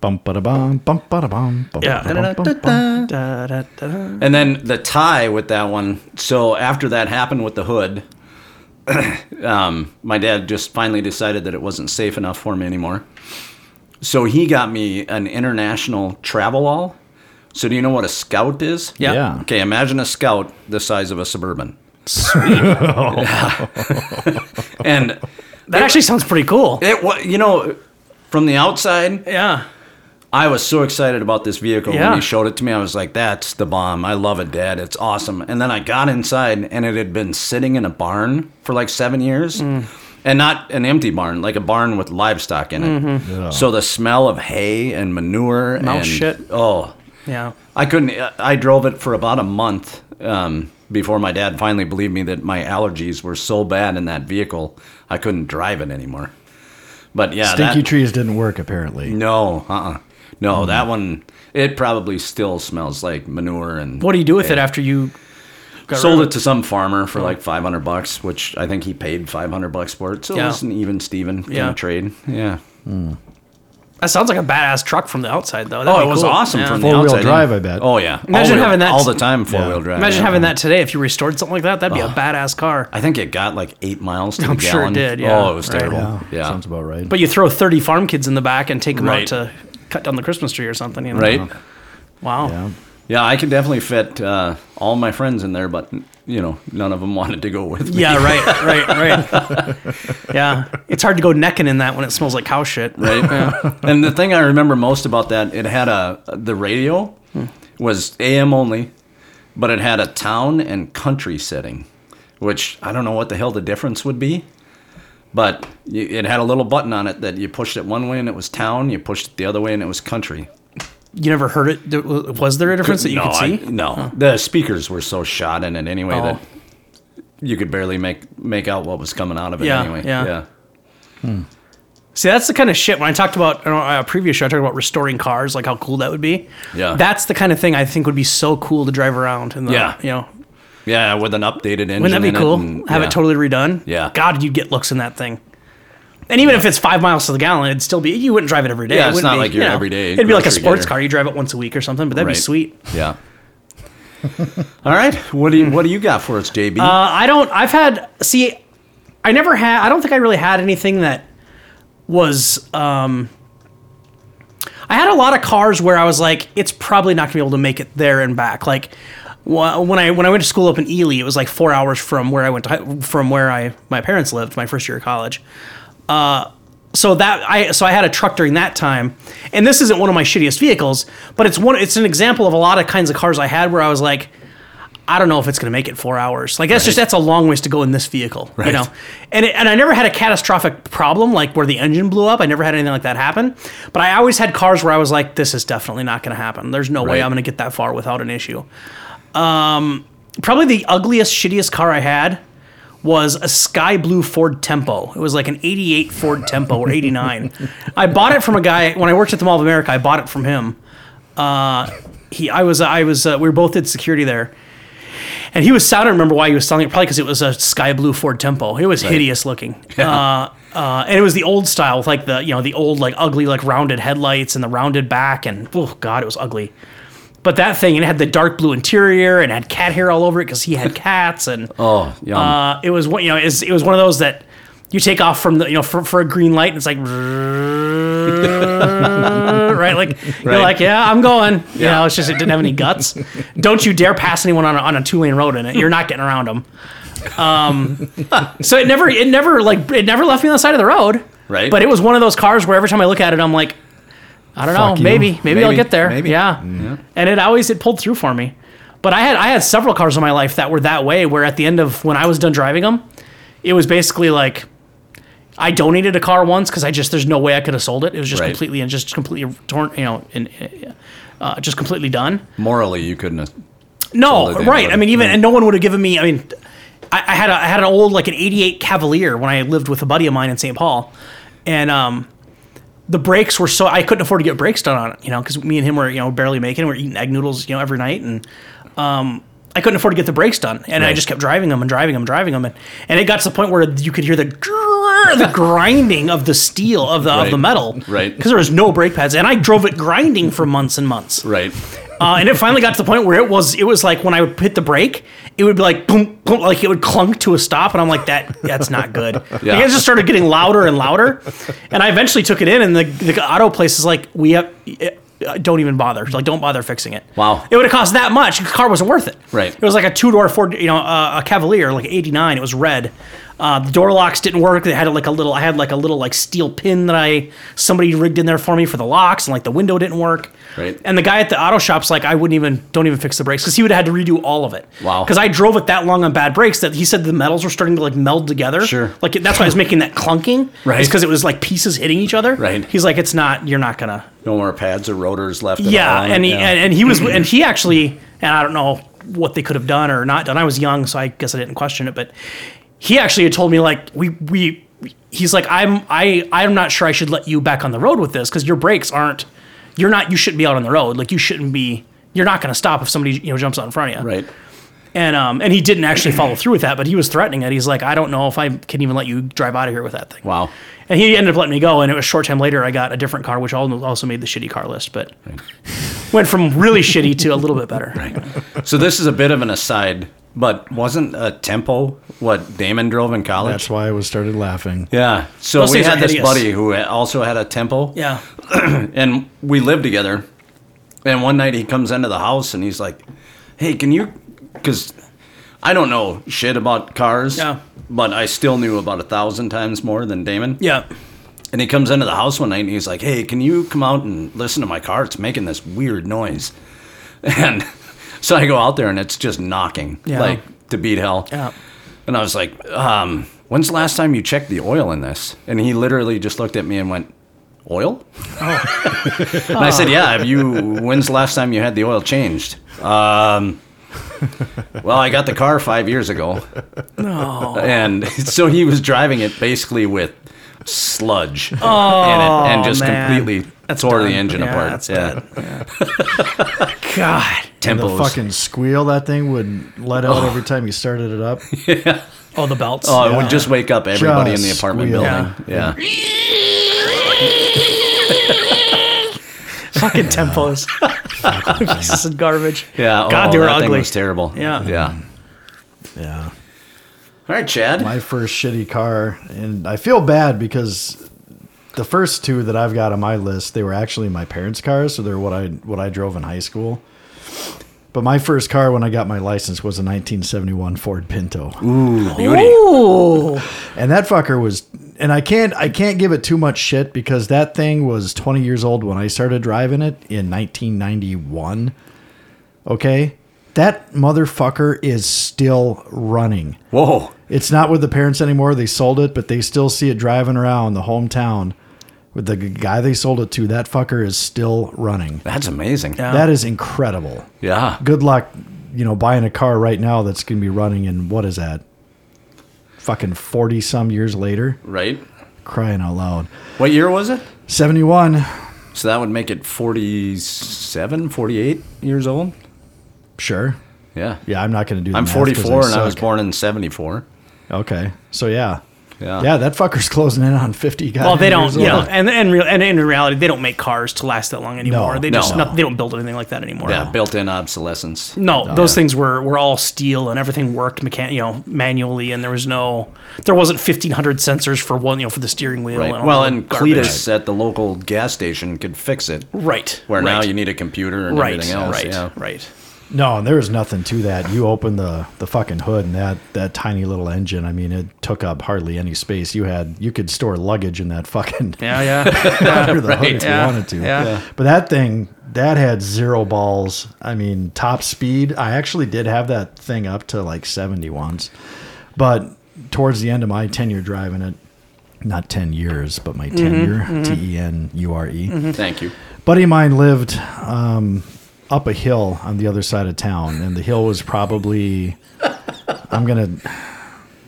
Speaker 3: Bum ba da bum, bum ba da bum, bum
Speaker 2: Yeah.
Speaker 3: ba-da-bum, bum, bum.
Speaker 2: Da, da, da.
Speaker 4: And then the tie with that one. So after that happened with the hood, [COUGHS] um, my dad just finally decided that it wasn't safe enough for me anymore. So he got me an international travel all. So do you know what a scout is?
Speaker 2: Yeah.
Speaker 3: Yeah.
Speaker 4: Okay, imagine a scout the size of a suburban. [LAUGHS] Sweet. [LAUGHS] and
Speaker 2: That actually sounds pretty cool.
Speaker 4: It wa you know, from the outside,
Speaker 2: Yeah.
Speaker 4: I was so excited about this vehicle
Speaker 2: Yeah.
Speaker 4: when he showed it to me. I was like, "That's the bomb! I love it, Dad. It's awesome." And then I got inside, and it had been sitting in a barn for like seven years,
Speaker 2: Mm.
Speaker 4: and not an empty barn, like a barn with livestock in it.
Speaker 2: Mm-hmm.
Speaker 4: So the smell of hay and manure and
Speaker 2: shit.
Speaker 4: Oh,
Speaker 2: Yeah.
Speaker 4: I couldn't. I drove it for about a month um, before my dad finally believed me that my allergies were so bad in that vehicle I couldn't drive it anymore. But yeah,
Speaker 3: Stinky
Speaker 4: that,
Speaker 3: trees didn't work apparently.
Speaker 4: No, uh, uh
Speaker 2: Hmm.
Speaker 4: no, that one. It probably still smells like manure and.
Speaker 2: What do you do with it after you got
Speaker 4: Sold
Speaker 2: rid
Speaker 4: it to some farmer for like 500 bucks, which I think he paid 500 bucks for it. So
Speaker 2: Yeah.
Speaker 4: it was an even Steven kind
Speaker 2: Yeah.
Speaker 4: of trade. Yeah.
Speaker 2: That sounds like a badass truck from the outside, though. That'd
Speaker 4: Oh,
Speaker 2: be
Speaker 4: it was
Speaker 2: cool.
Speaker 4: awesome
Speaker 2: Yeah.
Speaker 4: from the
Speaker 3: Four-wheel
Speaker 4: outside in.
Speaker 3: drive, I bet.
Speaker 4: Oh yeah.
Speaker 2: Imagine
Speaker 4: All-wheel-
Speaker 2: having that-
Speaker 4: all the time. Four wheel drive.
Speaker 2: Imagine
Speaker 4: yeah.
Speaker 2: having that today if you restored something like that. That'd be a badass car.
Speaker 4: I think it got like eight miles to the
Speaker 2: I'm sure
Speaker 4: gallon.
Speaker 2: it did, yeah.
Speaker 4: Oh, it was
Speaker 2: Right.
Speaker 4: terrible.
Speaker 3: Yeah.
Speaker 4: Yeah.
Speaker 3: Sounds about right.
Speaker 2: But you throw 30 farm kids in the back and take them
Speaker 4: Right.
Speaker 2: out to cut down the Christmas tree or something. You know?
Speaker 4: right.
Speaker 2: Wow.
Speaker 3: Yeah.
Speaker 4: Yeah, I could definitely fit uh, all my friends in there, but you know, none of them wanted to go with me.
Speaker 2: Yeah,
Speaker 4: [LAUGHS]
Speaker 2: right, right, right. yeah, it's hard to go necking in that when it smells like cow shit.
Speaker 4: Right.
Speaker 2: [LAUGHS]
Speaker 4: And the thing I remember most about that, it had a the radio was AM only, but it had a town and country setting, which I don't know what the hell the difference would be. But you, it had a little button on it that you pushed it one way and it was town, you pushed it the other way and it was country.
Speaker 2: You never heard it? There- Was there a difference that you
Speaker 4: no,
Speaker 2: could
Speaker 4: I-
Speaker 2: see?
Speaker 4: no, the speakers were so shot in it anyway
Speaker 2: Oh.
Speaker 4: that you could barely make make out what was coming out of it
Speaker 2: Yeah,
Speaker 4: anyway.
Speaker 2: yeah. See, that's the kind of shit when I talked about on a previous show, I talked about restoring cars, like how cool that would be.
Speaker 4: Yeah.
Speaker 2: That's the kind of thing I think would be so cool to drive around. And
Speaker 4: Yeah.
Speaker 2: You know,
Speaker 4: Yeah, with an updated engine.
Speaker 2: wouldn't that
Speaker 4: in
Speaker 2: be cool?
Speaker 4: It and-
Speaker 2: Have
Speaker 4: yeah.
Speaker 2: it totally redone?
Speaker 4: Yeah.
Speaker 2: God, you'd get looks in that thing. And even if it's five miles to the gallon, it'd still be, you wouldn't drive it every day.
Speaker 4: Yeah,
Speaker 2: It
Speaker 4: it's
Speaker 2: wouldn't
Speaker 4: not
Speaker 2: be,
Speaker 4: like your
Speaker 2: you know,
Speaker 4: everyday
Speaker 2: It'd be like a
Speaker 4: grocery
Speaker 2: sports
Speaker 4: getter.
Speaker 2: car. You drive it once a week or something, but that'd
Speaker 4: Right.
Speaker 2: be sweet.
Speaker 4: Yeah. [LAUGHS] All right. What do you What do you got for us, JB?
Speaker 2: Uh, I don't. I've had. See, I never had. I don't think I really had anything that was. Um, I had a lot of cars where I was like, it's probably not gonna be able to make it there and back. Like wh- when I when I went to school up in Ely, it was like four hours from where I went to hi- from where I my parents lived my first year of college. Uh, so that I so I had a truck during that time, and this isn't one of my shittiest vehicles, but it's one. It's an example of a lot of kinds of cars I had where I was like, I don't know if it's going to make it four hours. Like that's just that's a long ways to go in this vehicle, you
Speaker 4: Right.
Speaker 2: know. And it, and I never had a catastrophic problem like where the engine blew up. I never had anything like that happen. But I always had cars where I was like, this is definitely not going to happen. There's no way
Speaker 4: Right.
Speaker 2: I'm going to get that far without an issue. Um, probably the ugliest, shittiest car I had was a sky blue Ford Tempo. It was like an 88 Ford Tempo or 89. I bought it from a guy when I worked at the Mall of America. I bought it from him. Uh, he, I was, I was, uh, we were both at security there, and he was sad. I don't remember why he was selling it. Probably because it was a sky blue Ford Tempo. It was hideous looking. Uh, uh, and it was the old style with like the you know the old like ugly like rounded headlights and the rounded back and oh god it was ugly. But that thing and it had the dark blue interior and it had cat hair all over it because he had cats and
Speaker 4: oh, yum.
Speaker 2: uh, it was one, you know, it's, it was one of those that you take off from the, you know, for, for a green light, and it's like, [LAUGHS] right? Like you're
Speaker 4: Right.
Speaker 2: like, yeah, I'm going. You know, it's just it didn't have any guts. Don't you dare pass anyone on a, on a two lane road in it. You're not getting around them. Um, so it never, it never like, it never left me on the side of the road.
Speaker 4: Right.
Speaker 2: But it was one of those cars where every time I look at it, I'm like, I don't know,
Speaker 3: Fuck you.
Speaker 2: maybe, maybe, I'll
Speaker 4: Maybe,
Speaker 2: get there.
Speaker 4: maybe.
Speaker 2: Yeah. And it always it pulled through for me. But I had I had several cars in my life that were that way. Where at the end of when I was done driving them, it was basically like I donated a car once because I just there's no way I could have sold it. It was just
Speaker 4: Right.
Speaker 2: completely and just completely torn, you know, and uh, just completely done.
Speaker 4: Morally, you couldn't. Have,
Speaker 2: No,
Speaker 4: Sold it, they
Speaker 2: right.
Speaker 4: would.
Speaker 2: I mean, even and no one would have given me. I mean, I, I had a, I had an old like an '88 Cavalier when I lived with a buddy of mine in St. Paul, and um, the brakes were so I couldn't afford to get brakes done on it, you know, because me and him were you know barely making. it. We are eating egg noodles, you know, every night, and um, I couldn't afford to get the brakes done, and I
Speaker 4: Right.
Speaker 2: just kept driving them and driving them, driving them, and and it got to the point where you could hear the grrr, the grinding of the steel of the of the
Speaker 4: Right.
Speaker 2: metal,
Speaker 4: Right.
Speaker 2: Because there was no brake pads, and I drove it grinding for months and months,
Speaker 4: right.
Speaker 2: uh, and it finally got to the point where it was it was like when I would hit the brake, it would be like boom, boom, like it would clunk to a stop, and I'm like that that's
Speaker 4: [LAUGHS]
Speaker 2: not good.
Speaker 4: Yeah.
Speaker 2: Like, it just started getting louder and louder, and I eventually took it in, and the the auto place is like we have. uh, don't even bother. Like, don't bother fixing it.
Speaker 4: Wow.
Speaker 2: It would have cost that much. The car wasn't worth it.
Speaker 4: Right.
Speaker 2: It was like a two door Ford, you know, uh, a Cavalier, like '89. It was red. Uh, the door locks didn't work. They had like a little. I had like a little like steel pin that I somebody rigged in there for me for the locks, and like the window didn't work.
Speaker 4: Right.
Speaker 2: And the guy at the auto shop's like, I wouldn't even, don't even fix the brakes because he would have had to redo all of it.
Speaker 4: Wow.
Speaker 2: Because I drove it that long on bad brakes that he said the metals were starting to like meld together.
Speaker 4: Sure.
Speaker 2: Like that's why it was making that clunking.
Speaker 4: [LAUGHS] Right.
Speaker 2: It's because it was like pieces hitting each other.
Speaker 4: Right.
Speaker 2: He's like, it's not, you're not gonna.
Speaker 4: No more pads or rotors left. at
Speaker 2: yeah.
Speaker 4: all.
Speaker 2: And he And, and he was and he actually and I don't know what they could have done or not done. I was young, so I guess I didn't question it. But he actually had told me like we we he's like I'm I I'm not sure I should let you back on the road with this because your brakes aren't you're not you shouldn't be out on the road like you shouldn't be you're not going to stop if somebody you know jumps out in front of you
Speaker 4: right.
Speaker 2: and um and he didn't actually follow through with that but he was threatening it he's like I don't know if I can even let you drive out of here with that thing
Speaker 4: Wow.
Speaker 2: and he ended up letting me go. And it was a short time later, I got a different car, which al- also made the shitty car list, but [LAUGHS] went from really shitty to a little bit better. Right.
Speaker 4: So this is a bit of an aside, but wasn't a tempo what Damon drove in college?
Speaker 3: That's why I was started laughing.
Speaker 4: yeah. So
Speaker 2: Those
Speaker 4: we
Speaker 2: things are
Speaker 4: had this
Speaker 2: hideous.
Speaker 4: buddy who also had a tempo.
Speaker 2: Yeah.
Speaker 4: and we lived together And one night he comes into the house and he's like, "Hey, can you?" Because I don't know shit about cars,
Speaker 2: Yeah.
Speaker 4: but I still knew about a thousand times more than Damon.
Speaker 2: Yeah.
Speaker 4: And he comes into the house one night and he's like, "Hey, can you come out and listen to my car? It's making this weird noise." [LAUGHS] And so I go out there and it's just knocking,
Speaker 2: Yeah.
Speaker 4: like to beat hell.
Speaker 2: Yeah.
Speaker 4: And I was like, um, "When's the last time you checked the oil in this?" And he literally just looked at me and went, "Oil?" and I said, "Yeah. Have you? When's the last time you had the oil changed?" Um, well, I got the car five years ago. No. And so he was driving it basically with sludge oh, and just
Speaker 2: man.
Speaker 4: completely tore the engine
Speaker 2: Yeah,
Speaker 4: apart.
Speaker 2: that's
Speaker 4: yeah.
Speaker 2: God.
Speaker 3: The
Speaker 4: Tempos.
Speaker 3: fucking squeal that thing would let out every time you started it
Speaker 4: [LAUGHS]
Speaker 3: up.
Speaker 2: Oh, the belts.
Speaker 4: oh, it would just wake up everybody in the
Speaker 3: Just
Speaker 4: apartment
Speaker 3: squeal.
Speaker 4: building. Yeah.
Speaker 2: [LAUGHS] fucking tempos.
Speaker 4: [LAUGHS]
Speaker 2: [LAUGHS] Pieces of garbage.
Speaker 4: Yeah. Oh,
Speaker 2: God, they were
Speaker 4: that thing
Speaker 2: ugly.
Speaker 4: was terrible.
Speaker 2: Yeah.
Speaker 4: Yeah.
Speaker 3: Yeah.
Speaker 4: All right, Chad.
Speaker 3: my first shitty car, and I feel bad because the first two that I've got on my list, they were actually my parents' cars, so they're what I what I drove in high school. But my first car when I got my license was a 1971 Ford Pinto,
Speaker 2: Ooh.
Speaker 3: and that fucker was. And I can't I can't give it too much shit because that thing was 20 years old when I started driving it in 1991. Okay, that motherfucker is still running.
Speaker 4: Whoa.
Speaker 3: It's not with the parents anymore. They sold it, but they still see it driving around the hometown with the g- guy they sold it to. That fucker is still running.
Speaker 4: That's amazing. Yeah.
Speaker 3: That is incredible.
Speaker 4: Yeah.
Speaker 3: Good luck, you know, buying a car right now that's going to be running in what is that? Fucking 40 some years later,
Speaker 4: Right.
Speaker 3: crying out loud.
Speaker 4: What year was it?
Speaker 3: 71.
Speaker 4: So that would make it 47, 48 years old.
Speaker 3: Sure.
Speaker 4: Yeah.
Speaker 3: Yeah, I'm not going to do the
Speaker 4: I'm
Speaker 3: math 'cause
Speaker 4: 44 and I was
Speaker 3: suck.
Speaker 4: born in 74.
Speaker 3: Okay. So yeah.
Speaker 4: Yeah.
Speaker 3: Yeah, that fucker's [LAUGHS] closing in on 50 guys.
Speaker 2: Well, they don't.
Speaker 3: Yeah.
Speaker 2: Yeah, and and real and in reality, they don't make cars to last that long anymore.
Speaker 3: No,
Speaker 2: they just
Speaker 4: no.
Speaker 2: no- they don't build anything like that anymore.
Speaker 4: Yeah. Built in obsolescence.
Speaker 2: No, those things were, were all steel and everything worked mechan- you know, manually and there was no there wasn't fifteen hundred sensors for one you know for the steering wheel
Speaker 4: Right.
Speaker 2: and all
Speaker 4: Well,
Speaker 2: that
Speaker 4: and
Speaker 2: garbage.
Speaker 4: Cletus at the local gas station could fix it.
Speaker 2: Right.
Speaker 4: Where now
Speaker 2: right,
Speaker 4: you need a computer and
Speaker 2: right,
Speaker 4: everything else.
Speaker 2: Right.
Speaker 4: Yeah.
Speaker 2: Right.
Speaker 3: No, and there was nothing to that. You opened the the fucking hood and that that tiny little engine. I mean, it took up hardly any space. You had you could store luggage in that fucking [LAUGHS]
Speaker 2: Yeah, yeah.
Speaker 4: [LAUGHS]
Speaker 3: under the hood if
Speaker 2: yeah,
Speaker 3: you wanted to.
Speaker 2: yeah. Yeah.
Speaker 3: But that thing that had zero balls. I mean, top speed. I actually did have that thing up to like seventy once, but towards the end of my tenure driving it, not ten years, but my tenure, T E N U R E
Speaker 4: Thank you.
Speaker 3: buddy of mine lived um, up a hill on the other side of town, and the hill was probably I'm gonna.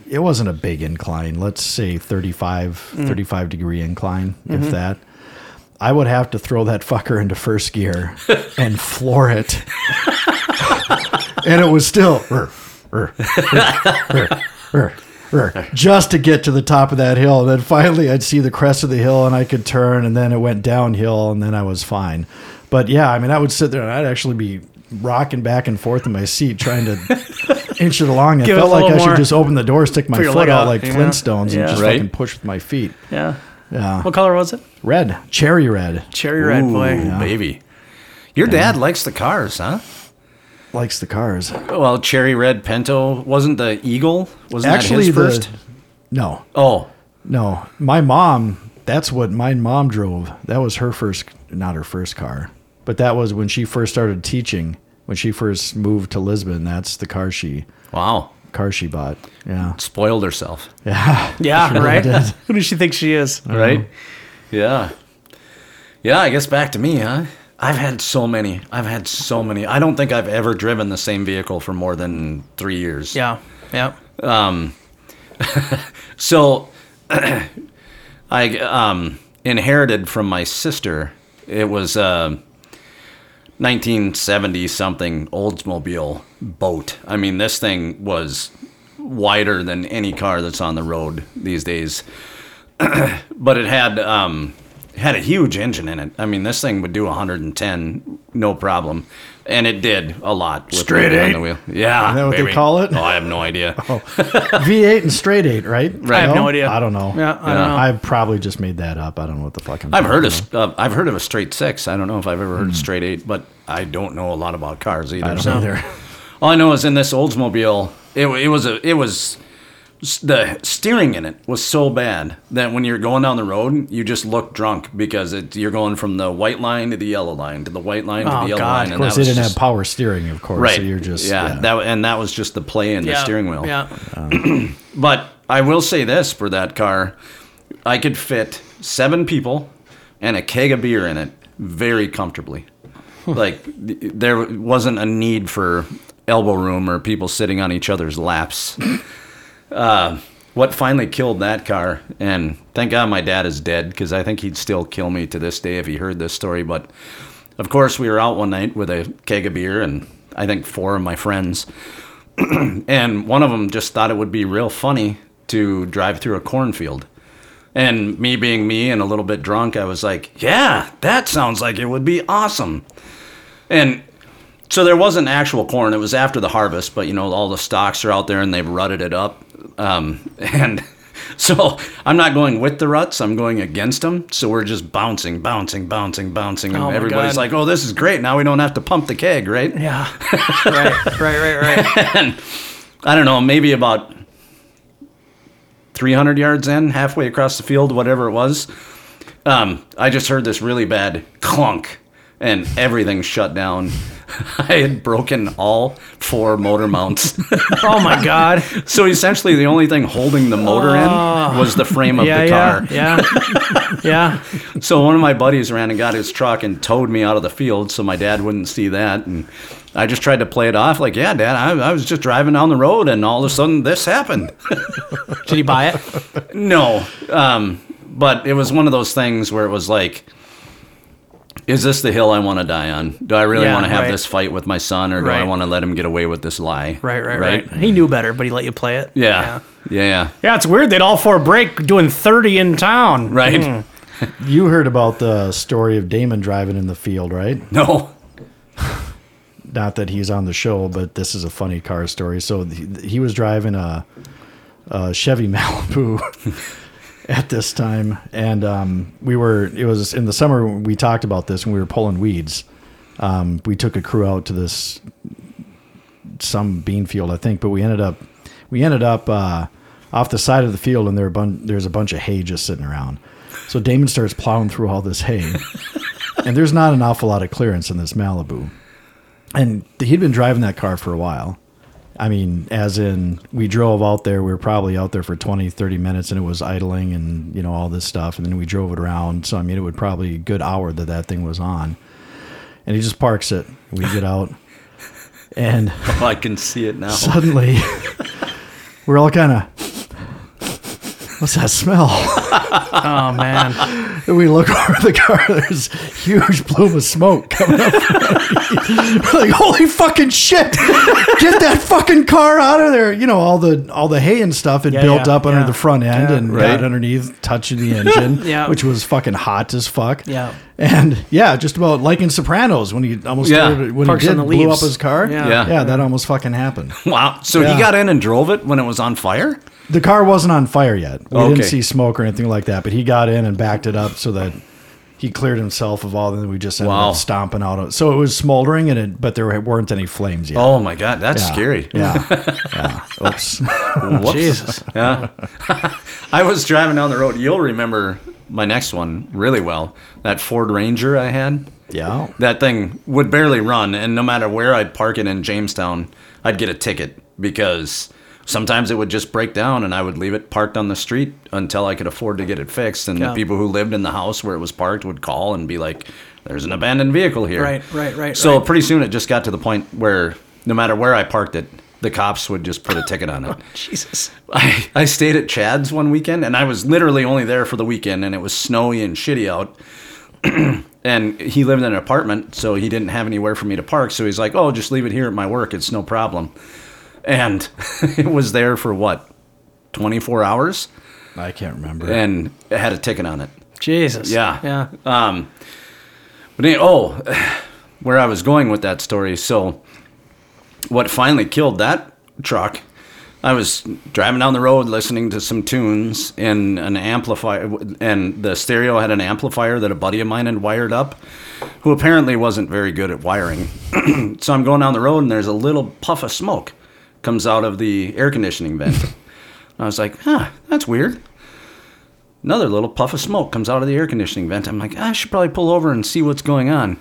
Speaker 3: It wasn't a big incline. Let's say 35, 35 degree incline, if that. I would have to throw that fucker into
Speaker 2: [LAUGHS]
Speaker 3: first gear and floor it, and it was still "Rrr, rrr, rrr, rrr, rrr, rrr," just to get to the top of that hill. And then finally, I'd see the crest of the hill, and I could turn, and then it went downhill, and then I was fine. But yeah, I mean, I would sit there, and I'd actually be rocking back and forth in my seat
Speaker 2: [LAUGHS]
Speaker 3: trying to inch it along. It
Speaker 2: Give it
Speaker 3: felt
Speaker 2: a
Speaker 3: like
Speaker 2: little
Speaker 3: I
Speaker 2: more.
Speaker 3: should just open the door, stick my
Speaker 2: Put your
Speaker 3: foot
Speaker 2: leg
Speaker 3: out
Speaker 2: out,
Speaker 3: like
Speaker 2: yeah.
Speaker 3: Flintstones,
Speaker 2: Yeah.
Speaker 3: and just
Speaker 4: Right.
Speaker 3: fucking push with my feet.
Speaker 2: yeah.
Speaker 3: Yeah,
Speaker 2: What color was it?
Speaker 3: red, cherry red,
Speaker 2: Cherry red
Speaker 4: Ooh,
Speaker 2: boy.
Speaker 4: baby. Your dad likes the cars, huh?
Speaker 3: likes the cars.
Speaker 4: Well, cherry red Pinto wasn't the Eagle? Wasn't
Speaker 3: Actually,
Speaker 4: that his
Speaker 3: the
Speaker 4: first?
Speaker 3: no,
Speaker 4: Oh,
Speaker 3: No, my mom. That's what my mom drove. That was her first, not her first car, but that was when she first started teaching. When she first moved to Lisbon, that's the car she
Speaker 4: wow.
Speaker 3: car she bought. Yeah, [LAUGHS]
Speaker 4: Spoiled herself.
Speaker 3: yeah,
Speaker 2: Yeah,
Speaker 3: really
Speaker 4: [LAUGHS]
Speaker 2: right. [LAUGHS]
Speaker 3: did.
Speaker 2: Who does she think she is?
Speaker 4: right? Yeah. Yeah, I guess back to me, huh? I've had so many. I've had so many. I don't think I've ever driven the same vehicle for more than three years.
Speaker 2: Yeah. Yeah.
Speaker 4: So [CLEARS THROAT] I um, inherited from my sister. It was uh, a 1970 something Oldsmobile boat. I mean, this thing was wider than any car that's on the road these days. [CLEARS THROAT] but it had um, had a huge engine in it. I mean, this thing would do 110 no problem, and it did a lot. With
Speaker 3: Straight
Speaker 4: me on
Speaker 3: eight?
Speaker 4: the wheel. Yeah,
Speaker 3: Isn't that what they call it?
Speaker 4: Oh, I have no
Speaker 3: [LAUGHS]
Speaker 4: idea.
Speaker 3: V eight and straight eight, right?
Speaker 4: Right. I have
Speaker 2: no idea.
Speaker 3: I don't know.
Speaker 2: Yeah, I don't know.
Speaker 3: I probably just made that up. I don't know what the fuck I'm
Speaker 4: I've heard
Speaker 3: talking
Speaker 4: of uh, I've heard of a straight six. I don't know if I've ever heard of straight eight, but I don't know a lot about cars either.
Speaker 3: Hmm. don't
Speaker 4: so.
Speaker 3: either.
Speaker 4: All I know is in this Oldsmobile, it, wa- it was a it was s- the steering in it was so bad that when you're going down the road, you just look drunk because it, you're going from the white line to the yellow line to the white line to
Speaker 2: Oh,
Speaker 4: the yellow
Speaker 2: God,
Speaker 4: line.
Speaker 2: of
Speaker 4: and
Speaker 3: Of course,
Speaker 4: that
Speaker 3: they
Speaker 4: was
Speaker 3: didn't
Speaker 4: just-
Speaker 3: have power steering, of course.
Speaker 4: right.
Speaker 3: So you're just
Speaker 4: yeah,
Speaker 3: yeah.
Speaker 4: That and that was just the play in
Speaker 2: Yeah.
Speaker 4: the steering wheel.
Speaker 2: Yeah.
Speaker 4: But I will say this for that car, I could fit seven people and a keg of beer in it very comfortably. like th- there wasn't a need for elbow room or people sitting on each other's laps. uh, what finally killed that car, and thank God my dad is dead because I think he'd still kill me to this day if he heard this story. But of course, we were out one night with a keg of beer and I think four of my friends [CLEARS THROAT] and one of them just thought it would be real funny to drive through a cornfield. And me being me and a little bit drunk, I was like, yeah, that sounds like it would be awesome. And so there wasn't actual corn. It was after the harvest, but you know, all the stalks are out there and they've rutted it up. Um, [LAUGHS] and so I'm not going with the ruts, I'm going against them. So we're just bouncing, bouncing, bouncing, bouncing. And
Speaker 2: Oh my
Speaker 4: everybody's
Speaker 2: God.
Speaker 4: like, oh, this is great. Now we don't have to pump the keg, right? [LAUGHS]
Speaker 2: Yeah. right. Right. Right. Right.
Speaker 4: I don't know, maybe about 300 yards in, halfway across the field, whatever it was. Um, I just heard this really bad clunk and everything shut down. [LAUGHS] I had broken all four motor mounts. [LAUGHS]
Speaker 2: Oh my God.
Speaker 4: so essentially, the only thing holding the motor in was the frame of
Speaker 2: Ah. Yeah.
Speaker 4: the car.
Speaker 2: Yeah. Yeah.
Speaker 4: [LAUGHS]
Speaker 2: Yeah.
Speaker 4: So one of my buddies ran and got his truck and towed me out of the field so my dad wouldn't see that. And I just tried to play it off like, yeah, dad, I, I was just driving down the road and all of a sudden this happened.
Speaker 2: Did he buy it?
Speaker 4: No, um, but it was one of those things where it was like, is this the hill I want to die on? Do I really
Speaker 2: Yeah,
Speaker 4: want to have
Speaker 2: right.
Speaker 4: this fight with my son, or do I
Speaker 2: Right.
Speaker 4: want to let him get away with this lie?
Speaker 2: Right. Right. Right. He knew better, but he let you play it.
Speaker 4: Yeah. yeah, yeah,
Speaker 2: Yeah, it's weird that all four break doing 30 in town.
Speaker 4: right.
Speaker 3: You heard about the story of Damon driving in the field, right?
Speaker 4: [LAUGHS] No,
Speaker 3: Not that he's on the show, but this is a funny car story. So he, he was driving a, a Chevy [LAUGHS] Malibu at this time, and um, we were. It was in the summer. We talked about this, and we were pulling weeds. Um, we took a crew out to this some bean field, I think, but we ended up we ended up uh, off the side of the field, and there were bun- there's a bunch of hay just sitting around. So Damon starts plowing through all this hay, and there's not an awful lot of clearance in this Malibu. And he'd been driving that car for a while. I mean, as in, we drove out there. We were probably out there for 20, 30 minutes, and it was idling and, you know, all this stuff. And then we drove it around. So, I mean, it would probably a good hour that that thing was on. And he just parks it. We get out. And
Speaker 4: Oh, I can see it
Speaker 2: [LAUGHS]
Speaker 4: now.
Speaker 3: suddenly [LAUGHS] we're all kind of what's that smell
Speaker 2: [LAUGHS] Oh, man.
Speaker 4: [LAUGHS]
Speaker 3: and we look [LAUGHS] over the car there's huge plume of smoke coming up we're like holy fucking shit get that fucking car out of there you know all the all the hay and stuff had
Speaker 2: Yeah,
Speaker 3: built
Speaker 2: yeah,
Speaker 3: up under
Speaker 2: yeah.
Speaker 3: the front end
Speaker 2: Yeah.
Speaker 3: and
Speaker 4: Right.
Speaker 3: got underneath touching the engine
Speaker 2: [LAUGHS] Yeah.
Speaker 3: which was fucking hot as fuck
Speaker 2: Yeah.
Speaker 3: and yeah just about like in sopranos when he almost
Speaker 4: Yeah.
Speaker 3: started, when
Speaker 2: Parks
Speaker 3: he
Speaker 2: on
Speaker 3: did
Speaker 2: the
Speaker 3: blew up
Speaker 2: leaves.
Speaker 3: his car
Speaker 2: Yeah.
Speaker 4: Yeah.
Speaker 3: yeah that almost fucking happened
Speaker 4: Wow. So
Speaker 3: Yeah.
Speaker 4: he got in and drove it when it was on fire.
Speaker 3: The car wasn't on fire yet. We
Speaker 4: Okay.
Speaker 3: didn't see smoke or anything like that, but he got in and backed it up so that he cleared himself of all. And we just ended
Speaker 4: Wow.
Speaker 3: up stomping out. Of, so it was smoldering, and it, but there weren't any flames yet.
Speaker 4: Oh my God, that's
Speaker 3: Yeah.
Speaker 4: scary.
Speaker 3: Yeah.
Speaker 4: [LAUGHS]
Speaker 3: yeah. Oops.
Speaker 4: Whoops. [LAUGHS] Yeah. I was driving down the road. You'll remember my next one really well. That Ford Ranger I had.
Speaker 3: Yeah.
Speaker 4: That thing would barely run, and no matter where I'd park it in Jamestown, I'd get a ticket because sometimes it would just break down, and I would leave it parked on the street until I could afford to get it fixed. And
Speaker 2: Yeah.
Speaker 4: the people who lived in the house where it was parked would call and be like, "There's an abandoned vehicle here."
Speaker 2: Right, right, right,
Speaker 4: So
Speaker 2: right.
Speaker 4: pretty soon it just got to the point where no matter where I parked it, the cops would just put a ticket on it.
Speaker 2: Jesus.
Speaker 4: I, I stayed at Chad's one weekend and I was literally only there for the weekend and it was snowy and shitty out. [CLEARS THROAT] and he lived in an apartment, so he didn't have anywhere for me to park. So he's like, oh, just leave it here at my work. It's no problem. And [LAUGHS] it was there for what, 24 hours?
Speaker 3: I can't remember.
Speaker 4: And it had a ticket on it.
Speaker 2: Jesus.
Speaker 4: Yeah.
Speaker 2: Yeah.
Speaker 4: Um, but any- oh, [SIGHS] where I was going with that story. So, what finally killed that truck I was driving down the road listening to some tunes and an amplifier, and the stereo had an amplifier that a buddy of mine had wired up, who apparently wasn't very good at wiring. [CLEARS THROAT] so I'm going down the road, and there's a little puff of smoke comes out of the air conditioning vent. And I was like, huh, that's weird. Another little puff of smoke comes out of the air conditioning vent. I'm like, "Ah, I should probably pull over and see what's going on.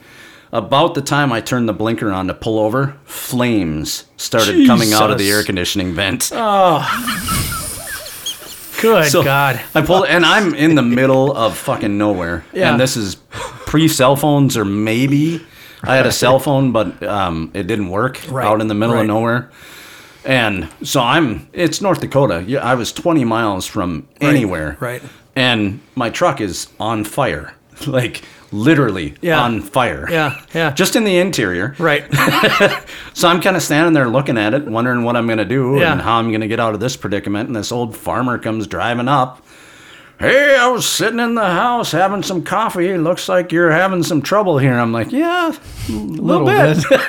Speaker 4: About the time I turned the blinker on to pull over, flames started coming out of the
Speaker 2: Jesus.
Speaker 4: air conditioning vent.
Speaker 2: Good
Speaker 4: So,
Speaker 2: God.
Speaker 4: I pulled, and I'm in the middle of fucking nowhere.
Speaker 2: Yeah.
Speaker 4: And this is pre cell phones, or maybe I had a cell
Speaker 2: [LAUGHS]
Speaker 4: phone, but um, it didn't work
Speaker 2: Right,
Speaker 4: out in the middle
Speaker 2: right.
Speaker 4: of nowhere. And so I'm, it's North Dakota. Yeah, I was 20 miles from anywhere.
Speaker 2: right.
Speaker 4: And my truck is on fire. [LAUGHS] Like, literally
Speaker 2: Yeah.
Speaker 4: on fire.
Speaker 2: Yeah, yeah.
Speaker 4: Just in the interior. [LAUGHS]
Speaker 2: Right.
Speaker 4: So I'm kind of standing there looking at it, wondering what I'm going to do
Speaker 2: Yeah.
Speaker 4: and how I'm going to get out of this predicament. And this old farmer comes driving up. Hey, I was sitting in the house having some coffee. Looks like you're having some trouble here. I'm like, yeah, a little, bit. [LAUGHS]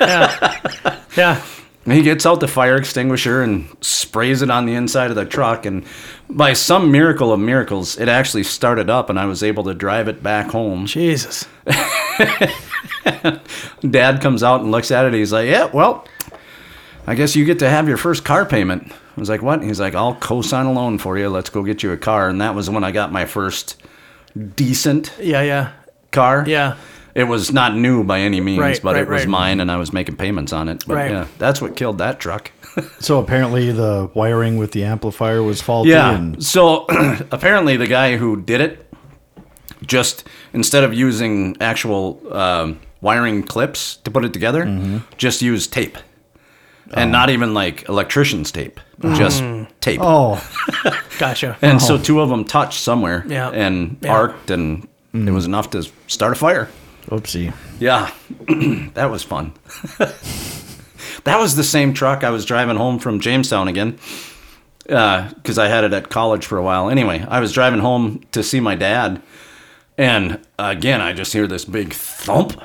Speaker 2: yeah.
Speaker 4: And he gets out the fire extinguisher and sprays it on the inside of the truck. And by some miracle of miracles, it actually started up and I was able to drive it back home.
Speaker 2: Jesus.
Speaker 4: Dad comes out and looks at it. He's like, "Yeah, well, I guess you get to have your first car payment." I was like, "What?" He's like, "I'll co-sign a loan for you. Let's go get you a car." And that was when I got my first decent
Speaker 2: Yeah, yeah.
Speaker 4: car.
Speaker 2: Yeah.
Speaker 4: It was not new by any means,
Speaker 2: Right,
Speaker 4: but
Speaker 2: right,
Speaker 4: it was
Speaker 2: right.
Speaker 4: mine, and I was making payments on it. But
Speaker 2: Right.
Speaker 4: yeah, that's what killed that truck. [LAUGHS]
Speaker 3: So apparently the wiring with the amplifier was faulty.
Speaker 4: Yeah.
Speaker 3: And
Speaker 4: So [CLEARS THROAT] apparently, the guy who did it just instead of using actual um, wiring clips to put it together, just used tape, and not even like electrician's tape, just tape.
Speaker 3: oh,
Speaker 2: Gotcha.
Speaker 4: And so two of them touched somewhere
Speaker 2: Yeah.
Speaker 4: and
Speaker 2: Yeah.
Speaker 4: arced, and it was enough to start a fire.
Speaker 3: oopsie.
Speaker 4: Yeah, [CLEARS THROAT] that was fun. [LAUGHS] that was the same truck I was driving home from Jamestown again, because I had it at college for a while. Anyway, I was driving home to see my dad, and again I just hear this big thump,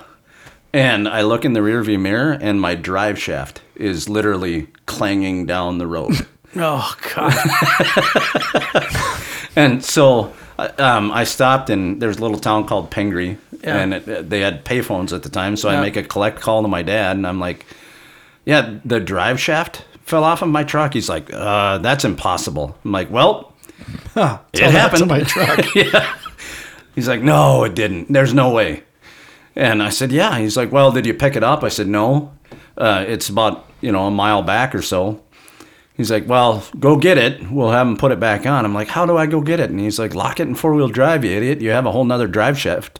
Speaker 4: and I look in the rearview mirror, and my drive shaft is literally clanging down the road. [LAUGHS]
Speaker 2: Oh, God.
Speaker 4: And so I- um, I stopped, and there's a little town called Pengri,
Speaker 2: Yeah.
Speaker 4: and it, they had payphones at the time. So
Speaker 2: Yeah.
Speaker 4: I make a collect call to my dad, and I'm like, "Yeah, the drive shaft fell off of my truck." He's like, uh, "That's impossible." I'm like,
Speaker 2: [LAUGHS]
Speaker 4: "Well, it
Speaker 3: That's
Speaker 4: happened."
Speaker 3: my
Speaker 4: [LAUGHS]
Speaker 3: truck.
Speaker 4: He's like, "No, it didn't. There's no way." And I said, "Yeah." He's like, "Well, did you pick it up?" I said, "No. Uh, it's about you know a mile back or so." He's like, "Well, go get it. We'll have him put it back on." I'm like, "How do I go get it?" And he's like, "Lock it in four wheel drive, you idiot. You have a whole nother drive shaft."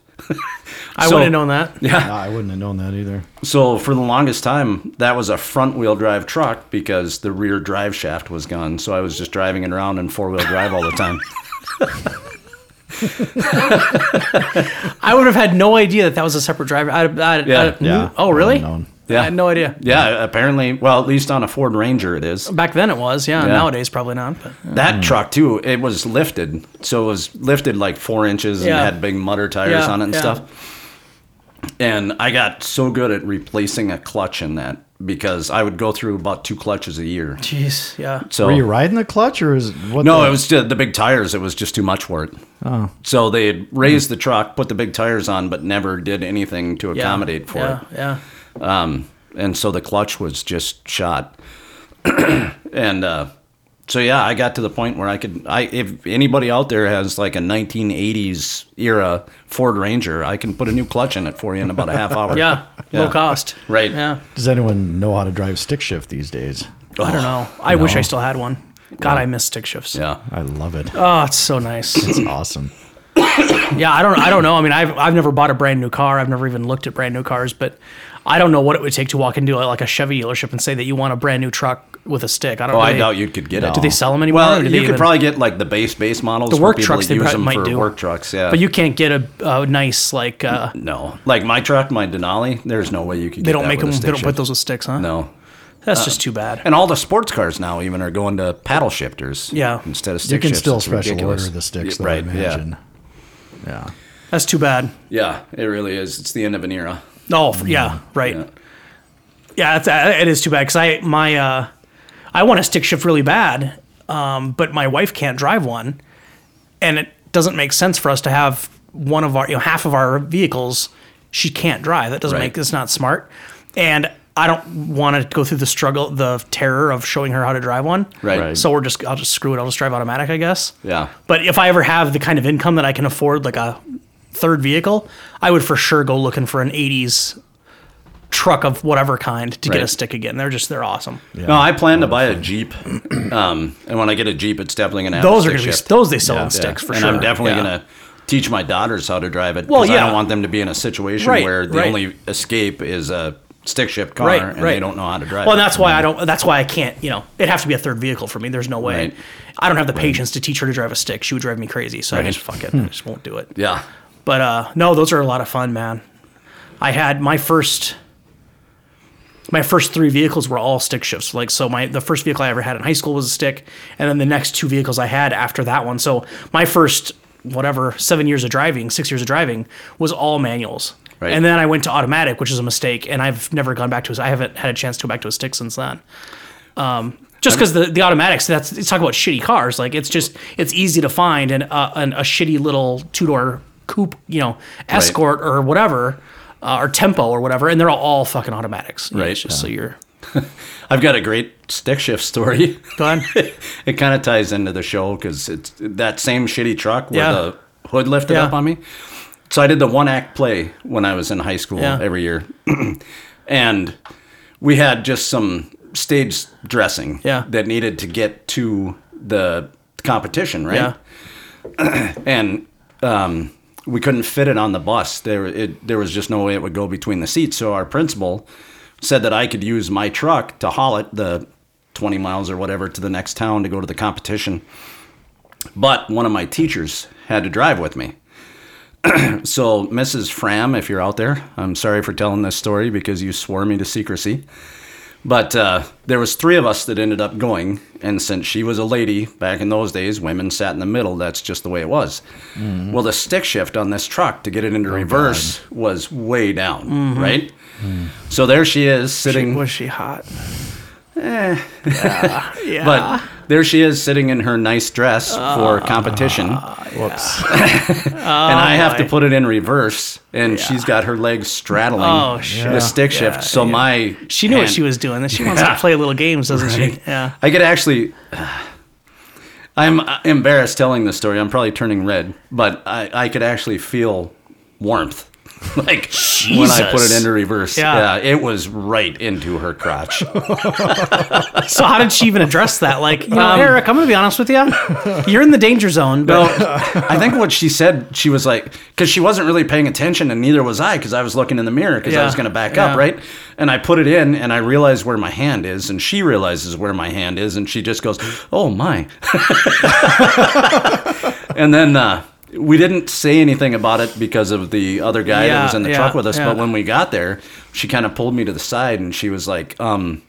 Speaker 2: I
Speaker 4: So-
Speaker 2: wouldn't have known that.
Speaker 3: No, I wouldn't have known that either.
Speaker 4: So for the longest time, that was a front wheel drive truck because the rear drive shaft was gone. So I was just driving it around in four wheel drive all the time. [LAUGHS]
Speaker 2: I would have had no idea that that was a separate driver. I, I,
Speaker 4: Yeah,
Speaker 2: I,
Speaker 3: yeah.
Speaker 2: Oh, really?
Speaker 3: Wouldn't have known.
Speaker 2: I had no idea.
Speaker 4: Yeah, apparently, well, at least on a Ford Ranger, it is.
Speaker 2: Back then it was, yeah.
Speaker 4: Yeah.
Speaker 2: Nowadays, probably not. But
Speaker 4: That truck too, it was lifted, so it was lifted like four inches and
Speaker 2: Yeah.
Speaker 4: had big mudder tires
Speaker 2: Yeah,
Speaker 4: on it and
Speaker 2: yeah.
Speaker 4: stuff. And I got so good at replacing a clutch in that because I would go through about two clutches a year.
Speaker 2: jeez, yeah.
Speaker 4: So
Speaker 3: Were you riding the clutch or is what?
Speaker 4: no,
Speaker 3: the-
Speaker 4: it was just the big tires. It was just too much for it. Oh. So they had raised the truck, put the big tires on, but never did anything to
Speaker 2: Mm. Yeah.
Speaker 4: accommodate for
Speaker 2: yeah,
Speaker 4: it.
Speaker 2: Yeah.
Speaker 4: Um, and so the clutch was just shot. [CLEARS THROAT] and uh, so yeah, I got to the point where I could. I if anybody out there has like a 1980s era Ford Ranger, I can put a new clutch in it for you in about a half hour.
Speaker 2: [LAUGHS] Yeah.
Speaker 4: [LAUGHS]
Speaker 2: Low
Speaker 4: Yeah.
Speaker 2: cost.
Speaker 4: Right.
Speaker 2: Yeah.
Speaker 3: Does anyone know how to drive stick shift these days?
Speaker 2: I don't know. I wish I still had one. God, I miss stick shifts.
Speaker 4: Oh, Yeah.
Speaker 3: I love it.
Speaker 4: Um,
Speaker 2: Oh, it's so nice.
Speaker 4: [LAUGHS]
Speaker 3: It's awesome.
Speaker 2: yeah, I don't I don't know. I mean, I've I've never bought a brand new car. I've never even looked at brand new cars, but I don't know what it would take to walk into like a Chevy dealership and say that you want a brand new truck with a stick. I don't
Speaker 4: Oh, I
Speaker 2: really-
Speaker 4: doubt you could get it.
Speaker 2: Do they sell them anymore?
Speaker 4: Well,
Speaker 2: or do
Speaker 4: you
Speaker 2: they
Speaker 4: could
Speaker 2: even-
Speaker 4: probably get like the base base models.
Speaker 2: The
Speaker 4: for
Speaker 2: work
Speaker 4: people
Speaker 2: trucks
Speaker 4: that
Speaker 2: they
Speaker 4: use
Speaker 2: prob-
Speaker 4: them
Speaker 2: might
Speaker 4: for
Speaker 2: do.
Speaker 4: work trucks. Yeah,
Speaker 2: But you can't get a, a nice like uh,
Speaker 4: no, like my truck, my Denali. There's no way you could. get
Speaker 2: they don't
Speaker 4: that
Speaker 2: make
Speaker 4: with
Speaker 2: them.
Speaker 4: a
Speaker 2: They
Speaker 4: stick
Speaker 2: don't put
Speaker 4: shift.
Speaker 2: those with sticks, huh?
Speaker 4: No, Uh-uh.
Speaker 2: that's just too bad.
Speaker 4: and all the sports cars now even are going to paddle shifters.
Speaker 2: Yeah.
Speaker 4: instead of stick
Speaker 3: You can
Speaker 4: shifts.
Speaker 3: still
Speaker 4: It's
Speaker 3: special
Speaker 4: ridiculous.
Speaker 3: order the sticks,
Speaker 4: Yeah,
Speaker 3: though, I imagine. Yeah.
Speaker 2: That's too bad.
Speaker 4: Yeah. yeah, it really is. It's the end of an era.
Speaker 2: Oh, f- yeah, right. Yeah,
Speaker 4: Yeah.
Speaker 2: it's, uh, it is too bad because I my uh, I want a stick shift really bad, um, but my wife can't drive one, and it doesn't make sense for us to have one of our you know half of our vehicles she can't drive. That doesn't
Speaker 4: Right.
Speaker 2: make it's not smart, and I don't want to go through the struggle, the terror of showing her how to drive one.
Speaker 4: Right. Right.
Speaker 2: So we're just I'll just screw it. I'll just drive automatic, I guess.
Speaker 4: Yeah.
Speaker 2: But if I ever have the kind of income that I can afford, like a third vehicle, I would for sure go looking for an '80s truck of whatever kind to get a
Speaker 4: Right.
Speaker 2: stick again. They're just they're awesome.
Speaker 4: No, I plan to buy a Jeep. Um, and when I get a Jeep, it's definitely going to have a
Speaker 2: Those are
Speaker 4: stick
Speaker 2: gonna be
Speaker 4: shift.
Speaker 2: those they sell in
Speaker 4: Yeah.
Speaker 2: sticks for
Speaker 4: and
Speaker 2: sure.
Speaker 4: I'm definitely
Speaker 2: Yeah.
Speaker 4: going to teach my daughters how to drive it.
Speaker 2: Well,
Speaker 4: 'cause I
Speaker 2: yeah.
Speaker 4: don't want them to be in a situation
Speaker 2: Right,
Speaker 4: where the
Speaker 2: right.
Speaker 4: only escape is a stick shift car
Speaker 2: Right,
Speaker 4: and
Speaker 2: right.
Speaker 4: they don't know how to drive.
Speaker 2: Well, and
Speaker 4: it.
Speaker 2: that's why I don't. That's why I can't. You know, it'd have to be a third vehicle for me. There's no way.
Speaker 4: Right. Hmm.
Speaker 2: I don't have the patience to teach her to drive a stick. She would drive me crazy. So I just fuck it. I just won't do it.
Speaker 4: yeah.
Speaker 2: But uh, no, those are a lot of fun, man. I had my first my first three vehicles were all stick shifts. Like so my the first vehicle I ever had in high school was a stick, and then the next two vehicles I had after that one. So my first whatever seven years of driving, six years of driving was all manuals.
Speaker 4: Right.
Speaker 2: And then I went to automatic, which is a mistake, and I've never gone back to a I haven't had a chance to go back to a stick since then. Um just because the, the automatics, that's it's talking about shitty cars. Like it's just it's easy to find an, uh, an a shitty little two door coupe, you know, escort or whatever, uh, or tempo or whatever, and they're all, all fucking automatics. You know,
Speaker 4: Right,
Speaker 2: it's just so you're
Speaker 4: I've got a great stick shift story. [LAUGHS]
Speaker 2: Go [LAUGHS] ahead.
Speaker 4: it kind of ties into the show because it's that same shitty truck where
Speaker 2: Yeah.
Speaker 4: the hood lifted
Speaker 2: Yeah.
Speaker 4: up on me. So I did the one act play when I was in high school
Speaker 2: Yeah.
Speaker 4: every year, [CLEARS THROAT] and we had just some stage dressing
Speaker 2: Yeah.
Speaker 4: that needed to get to the competition, right?
Speaker 2: Yeah.
Speaker 4: and um, we couldn't fit it on the bus. There, it, there was just no way it would go between the seats. So our principal said that I could use my truck to haul it the 20 miles or whatever to the next town to go to the competition. But one of my teachers had to drive with me. [CLEARS THROAT] so, Mrs. Fram, if you're out there, I'm sorry for telling this story because you swore me to secrecy. But uh, there was three of us that ended up going, and since she was a lady back in those days, women sat in the middle. That's just the way it was. Well, the stick shift on this truck to get it into reverse was way down, right? So there she is sitting.
Speaker 2: Was she hot? Yeah.
Speaker 4: but there she is sitting in her nice dress for competition.
Speaker 3: Whoops.
Speaker 4: and I have
Speaker 2: Oh my.
Speaker 4: to put it in reverse, and she's got her legs straddling
Speaker 2: Oh, shit.
Speaker 4: the stick
Speaker 2: Yeah,
Speaker 4: shift. so
Speaker 2: yeah.
Speaker 4: my
Speaker 2: she knew what
Speaker 4: hand-
Speaker 2: she was doing. She wants to play little games, doesn't
Speaker 4: [LAUGHS]
Speaker 2: she? [LAUGHS] Yeah.
Speaker 4: I could actually. [SIGHS] I'm uh, embarrassed telling this story. I'm probably turning red, but I, I could actually feel warmth. Like when I put it
Speaker 2: Jesus.
Speaker 4: into reverse, yeah,
Speaker 2: Yeah.
Speaker 4: it was right into her crotch.
Speaker 2: So how did she even address that? Like, um, you know, Eric, I'm gonna be honest with [LAUGHS] you. You're in the danger
Speaker 4: [LAUGHS]
Speaker 2: zone, but
Speaker 4: No, I think what she said, she was like, because she wasn't really paying attention, and neither was I, because I was looking in the mirror because
Speaker 2: Yeah,
Speaker 4: I was going to back
Speaker 2: yeah.
Speaker 4: up, right? And I put it in, and I realized where my hand is, and she realizes where my hand is, and she just goes, "Oh my!" and then uh, we didn't say anything about it because of the other guy
Speaker 2: Yeah,
Speaker 4: that was in the
Speaker 2: yeah,
Speaker 4: truck with us.
Speaker 2: yeah.
Speaker 4: But when we got there, she kind of pulled me to the side, and she was like, um.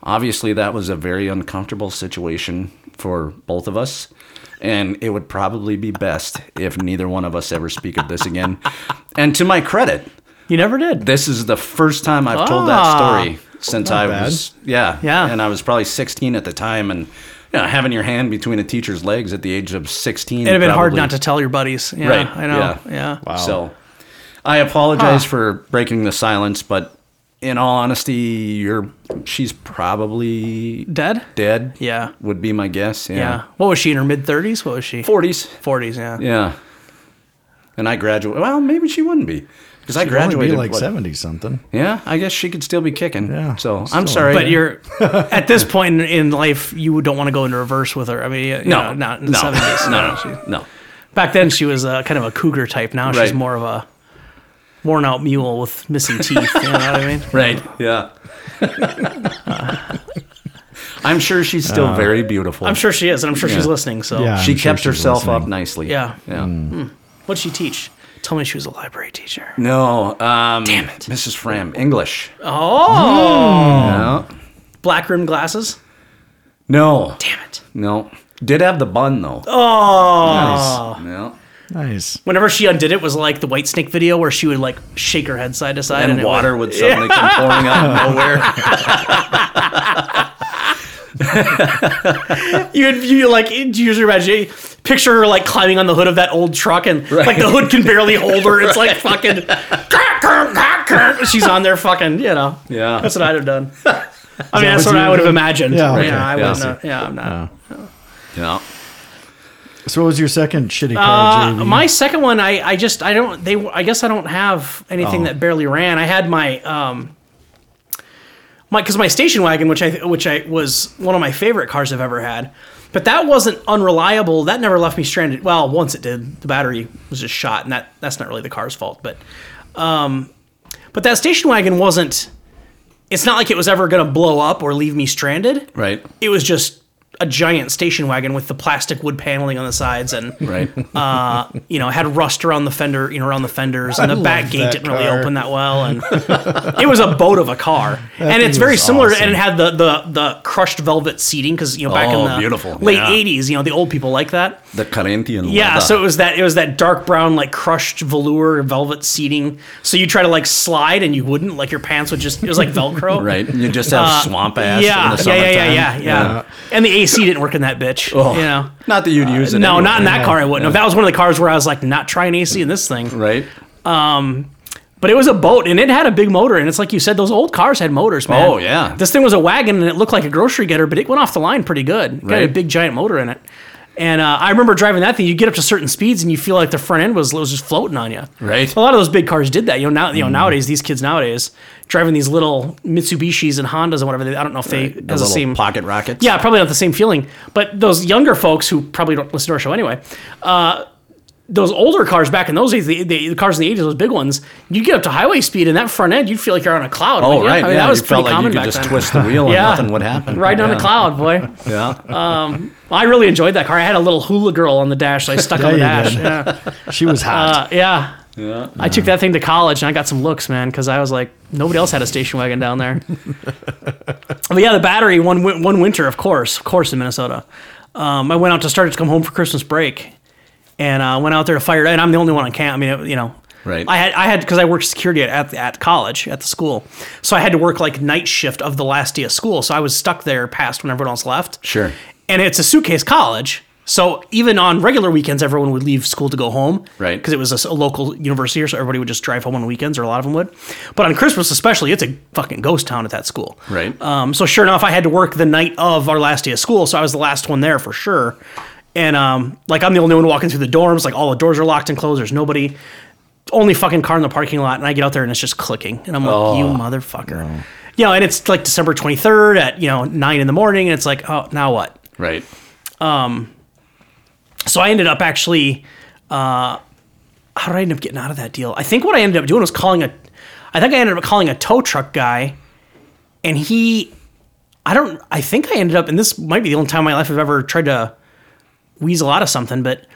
Speaker 4: Obviously, that was a very uncomfortable situation for both of us. And it would probably be best if neither one of us ever speak of this again. And to my credit,
Speaker 2: you never did.
Speaker 4: this is the first time I've told that
Speaker 2: Ah.
Speaker 4: story since I
Speaker 3: bad.
Speaker 4: was, yeah,
Speaker 2: Yeah.
Speaker 4: And I was probably 16 at the time. And you know, having your hand between a teacher's legs at the age of 16.
Speaker 2: It'd have been hard
Speaker 4: probably-
Speaker 2: not to tell your buddies. Yeah,
Speaker 4: Right,
Speaker 2: I know. Yeah.
Speaker 4: yeah. So I apologize for breaking the silence, but in all honesty, you're she's probably
Speaker 2: Dead?
Speaker 4: dead.
Speaker 2: Yeah.
Speaker 4: Would be my guess. Yeah.
Speaker 2: Yeah. What was she in her mid 30s? What was she?
Speaker 4: 40s.
Speaker 2: 40s. Yeah.
Speaker 4: Yeah. And I graduated. Well, maybe she wouldn't be. Because I
Speaker 3: Graduated
Speaker 4: graduated.
Speaker 3: like
Speaker 4: what-
Speaker 3: seventy something.
Speaker 4: Yeah, I guess she could still be kicking.
Speaker 3: Yeah,
Speaker 4: So
Speaker 3: still.
Speaker 4: I'm sorry.
Speaker 2: But
Speaker 4: [LAUGHS]
Speaker 2: you're at this point in, in life, you don't want to go into reverse with her. I mean, you
Speaker 4: no,
Speaker 2: know, not in the
Speaker 4: no,
Speaker 2: 70s.
Speaker 4: no, no, no.
Speaker 2: Back then, she was uh, kind of a cougar type. Now she's
Speaker 4: Right.
Speaker 2: more of a worn out mule with missing teeth. You know what I mean?
Speaker 4: [LAUGHS] Right. Yeah. [LAUGHS] I'm sure she's still very beautiful.
Speaker 2: I'm sure she is, and I'm sure she's
Speaker 4: Yeah.
Speaker 2: listening. So,
Speaker 3: Yeah.
Speaker 4: she
Speaker 3: I'm sure
Speaker 4: kept
Speaker 3: she's
Speaker 4: herself up
Speaker 3: listening. Mm.
Speaker 4: nicely.
Speaker 2: Yeah.
Speaker 4: Yeah.
Speaker 2: what'd she teach? Tell me she was a library teacher.
Speaker 4: No. Um, Damn it, Mrs. Fram, English.
Speaker 2: Oh,
Speaker 4: No.
Speaker 3: Mm.
Speaker 2: black rim glasses.
Speaker 4: No.
Speaker 2: Damn it!
Speaker 4: No. Did have the bun though. Oh.
Speaker 2: Oh,
Speaker 4: No.
Speaker 3: Nice.
Speaker 2: whenever she undid it was like the White Snake video where she would like shake her head side to side and,
Speaker 4: and
Speaker 2: it [LAUGHS]
Speaker 4: water would suddenly come pouring out of nowhere.
Speaker 2: you would you like use your imagination picture her like climbing on the hood of that old truck and like the hood can barely hold her it's [LAUGHS] like fucking "Kirk, kirk, kirk, kirk." she's on there fucking you know
Speaker 4: Yeah.
Speaker 2: that's what i'd have [LAUGHS] done i mean that's what i would have imagined
Speaker 3: Yeah,
Speaker 2: yeah,
Speaker 3: okay.
Speaker 2: i
Speaker 4: Yeah.
Speaker 2: wouldn't have- yeah i'm not
Speaker 4: Yeah.
Speaker 3: So, what was your second shitty car?
Speaker 2: Uh,
Speaker 3: JV?
Speaker 2: my second one, I, I just I don't they I guess I don't have anything that barely ran. I had my um my because my station wagon, which I which I was one of my favorite cars I've ever had, but that wasn't unreliable. That never left me stranded. Well, once it did, the battery was just shot, and that that's not really the car's fault. But um, but that station wagon wasn't. It's not like it was ever gonna blow up or leave me stranded
Speaker 4: Right.
Speaker 2: it was just a giant station wagon with the plastic wood paneling on the sides and
Speaker 3: [LAUGHS]
Speaker 4: Right.
Speaker 2: uh, you know had rust around the fender you know around the fenders and the back
Speaker 3: love
Speaker 2: gate
Speaker 3: that
Speaker 2: didn't really
Speaker 3: car.
Speaker 2: open that well
Speaker 3: [LAUGHS]
Speaker 2: and it was a boat of a car and
Speaker 3: thing
Speaker 2: it's very
Speaker 3: was
Speaker 2: similar
Speaker 3: awesome.
Speaker 2: and it had the the the crushed velvet seating because you know back
Speaker 4: Oh,
Speaker 2: in the
Speaker 4: beautiful.
Speaker 2: late
Speaker 4: Yeah.
Speaker 2: 80s you know the old people like that
Speaker 4: the Corinthian.
Speaker 2: yeah,
Speaker 4: leather.
Speaker 2: so it was that it was that dark brown like crushed velour velvet seating. So you try to like slide and you wouldn't like your pants would just it was
Speaker 4: [LAUGHS]
Speaker 2: like velcro.
Speaker 4: right. You just have
Speaker 2: Uh,
Speaker 4: swamp ass.
Speaker 2: Yeah,
Speaker 4: in the
Speaker 2: yeah, yeah, yeah,
Speaker 4: summertime.
Speaker 2: yeah, yeah. And the AC didn't work in that bitch.
Speaker 4: Oh,
Speaker 2: You know. Uh,
Speaker 4: Not that you'd use it.
Speaker 2: No,
Speaker 4: anyway.
Speaker 2: not in that car. I wouldn't. have. That was one of the cars where I was like, not trying AC in this thing.
Speaker 4: Right.
Speaker 2: But it was a boat, and it had a big motor. And it's like you said, those old cars had motors, man.
Speaker 4: Oh, yeah.
Speaker 2: This thing was a wagon, and it looked like a grocery getter, but it went off the line pretty good. It had a
Speaker 4: Right.
Speaker 2: big giant motor in it. And uh, I remember driving that thing. You get up to certain speeds, and you feel like the front end was, was just floating on you.
Speaker 4: Right. Mm-hmm.
Speaker 2: A lot of those big cars did that. You know, now you know nowadays these kids nowadays driving these little Mitsubishis and Hondas and whatever. They, I don't know if they
Speaker 4: The
Speaker 2: has
Speaker 4: little
Speaker 2: the same
Speaker 4: pocket rockets.
Speaker 2: Yeah, probably not the same feeling. But those younger folks who probably don't listen to our show anyway, uh, those older cars back in those days, the, the, the cars in the 80s, those big ones, you'd get up to highway speed and that front end, you'd feel like you're on a cloud.
Speaker 4: Oh,
Speaker 2: Like, yeah,
Speaker 4: right.
Speaker 2: I
Speaker 4: Yeah,
Speaker 2: mean, that was
Speaker 4: you
Speaker 2: pretty
Speaker 4: felt like
Speaker 2: common
Speaker 4: you could
Speaker 2: back
Speaker 4: just
Speaker 2: then.
Speaker 4: twist the wheel and
Speaker 2: [LAUGHS] Yeah.
Speaker 4: nothing would happen.
Speaker 2: Riding on a
Speaker 4: Yeah. [LAUGHS]
Speaker 2: cloud, boy.
Speaker 4: Yeah.
Speaker 2: I really enjoyed that car. I had a little hula girl on the dash that I stuck on the
Speaker 3: Yeah, you
Speaker 2: dash.
Speaker 3: did.
Speaker 2: Yeah.
Speaker 3: she was hot.
Speaker 2: Uh, yeah.
Speaker 4: Yeah.
Speaker 2: I took that thing to college and I got some looks, man, because I was like, nobody else had a station wagon down
Speaker 4: [LAUGHS]
Speaker 2: there. but yeah, the battery one win- one winter, of course, of course, in Minnesota. Um, I went out to start to come home for Christmas break, and uh, went out there to fire it. And I'm the only one on camp. I mean, it, you know,
Speaker 4: Right.
Speaker 2: I had I had because I worked security at, at at college at the school, so I had to work like night shift of the last day of school. So I was stuck there past when everyone else left
Speaker 4: Sure.
Speaker 2: and it's a suitcase college. So even on regular weekends, everyone would leave school to go home,
Speaker 4: Right.
Speaker 2: Because it was a s- a, local university, so everybody would just drive home on weekends, or a lot of them would. But on Christmas, especially, it's a fucking ghost town at that school,
Speaker 4: Right.
Speaker 2: Um, so sure enough, I had to work the night of our last day of school, so I was the last one there for sure. And um, like I'm the only one walking through the dorms. Like all the doors are locked and closed. There's nobody. Only fucking car in the parking lot, and I get out there and it's just clicking, and I'm like, you
Speaker 4: Oh,
Speaker 2: motherfucker. You know, and it's like December 23rd at you know nine in the morning, and it's like, oh, now what?
Speaker 4: Right.
Speaker 2: so I ended up actually, uh, how did I end up getting out of that deal? I think what I ended up doing was calling a, I think I ended up calling a tow truck guy, and he, I don't, I think I ended up, and this might be the only time in my life I've ever tried to weasel out of something, but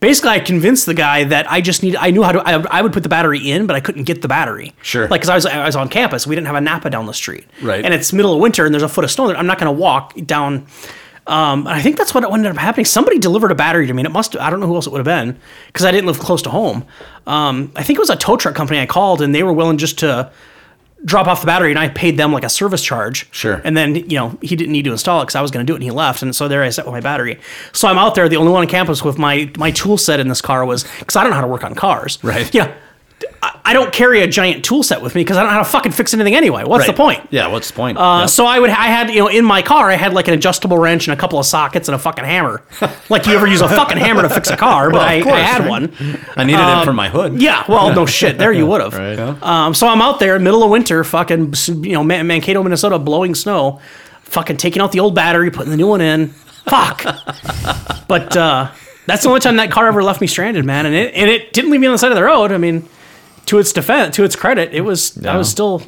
Speaker 2: basically I convinced the guy that I just need, I knew how to, I, I would put the battery in, but I couldn't get the battery.
Speaker 4: Sure.
Speaker 2: Like, cause I was, I was on campus, we didn't have a Napa down the street.
Speaker 4: Right.
Speaker 2: And it's middle of winter and there's a foot of snow there. I'm not going to walk down um, and I think that's what ended up happening. Somebody delivered a battery to me, and it must, I don't know who else it would have been because I didn't live close to home. Um, I think it was a tow truck company I called, and they were willing just to drop off the battery, and I paid them like a service charge.
Speaker 4: Sure.
Speaker 2: And then, you know, he didn't need to install it because I was going to do it, and he left. And so there I sat with my battery. So I'm out there, the only one on campus with my, my tool set in this car was because I don't know how to work on cars.
Speaker 4: Right.
Speaker 2: Yeah. I, I don't carry a giant tool set with me because I don't know how to fucking fix anything anyway. What's the
Speaker 4: Right.
Speaker 2: point?
Speaker 4: Yeah. What's the point?
Speaker 2: Uh,
Speaker 4: Yep.
Speaker 2: So I would, I had, you know, in my car, I had like an adjustable wrench and a couple of sockets and a fucking hammer. like you ever use a fucking hammer to fix a car, but I, I had one.
Speaker 4: I needed it
Speaker 2: um,
Speaker 4: for my hood.
Speaker 2: Yeah, well, no shit. There you would have.
Speaker 3: Right.
Speaker 2: Um, so I'm out there, middle of winter, fucking, you know, Man- Mankato, Minnesota, blowing snow, fucking taking out the old battery, putting the new one in. Fuck. but uh, that's the only time that car ever left me stranded, man. And it and it didn't leave me on the side of the road. I mean, to its defense, to its credit, it was I
Speaker 3: Yeah.
Speaker 2: was still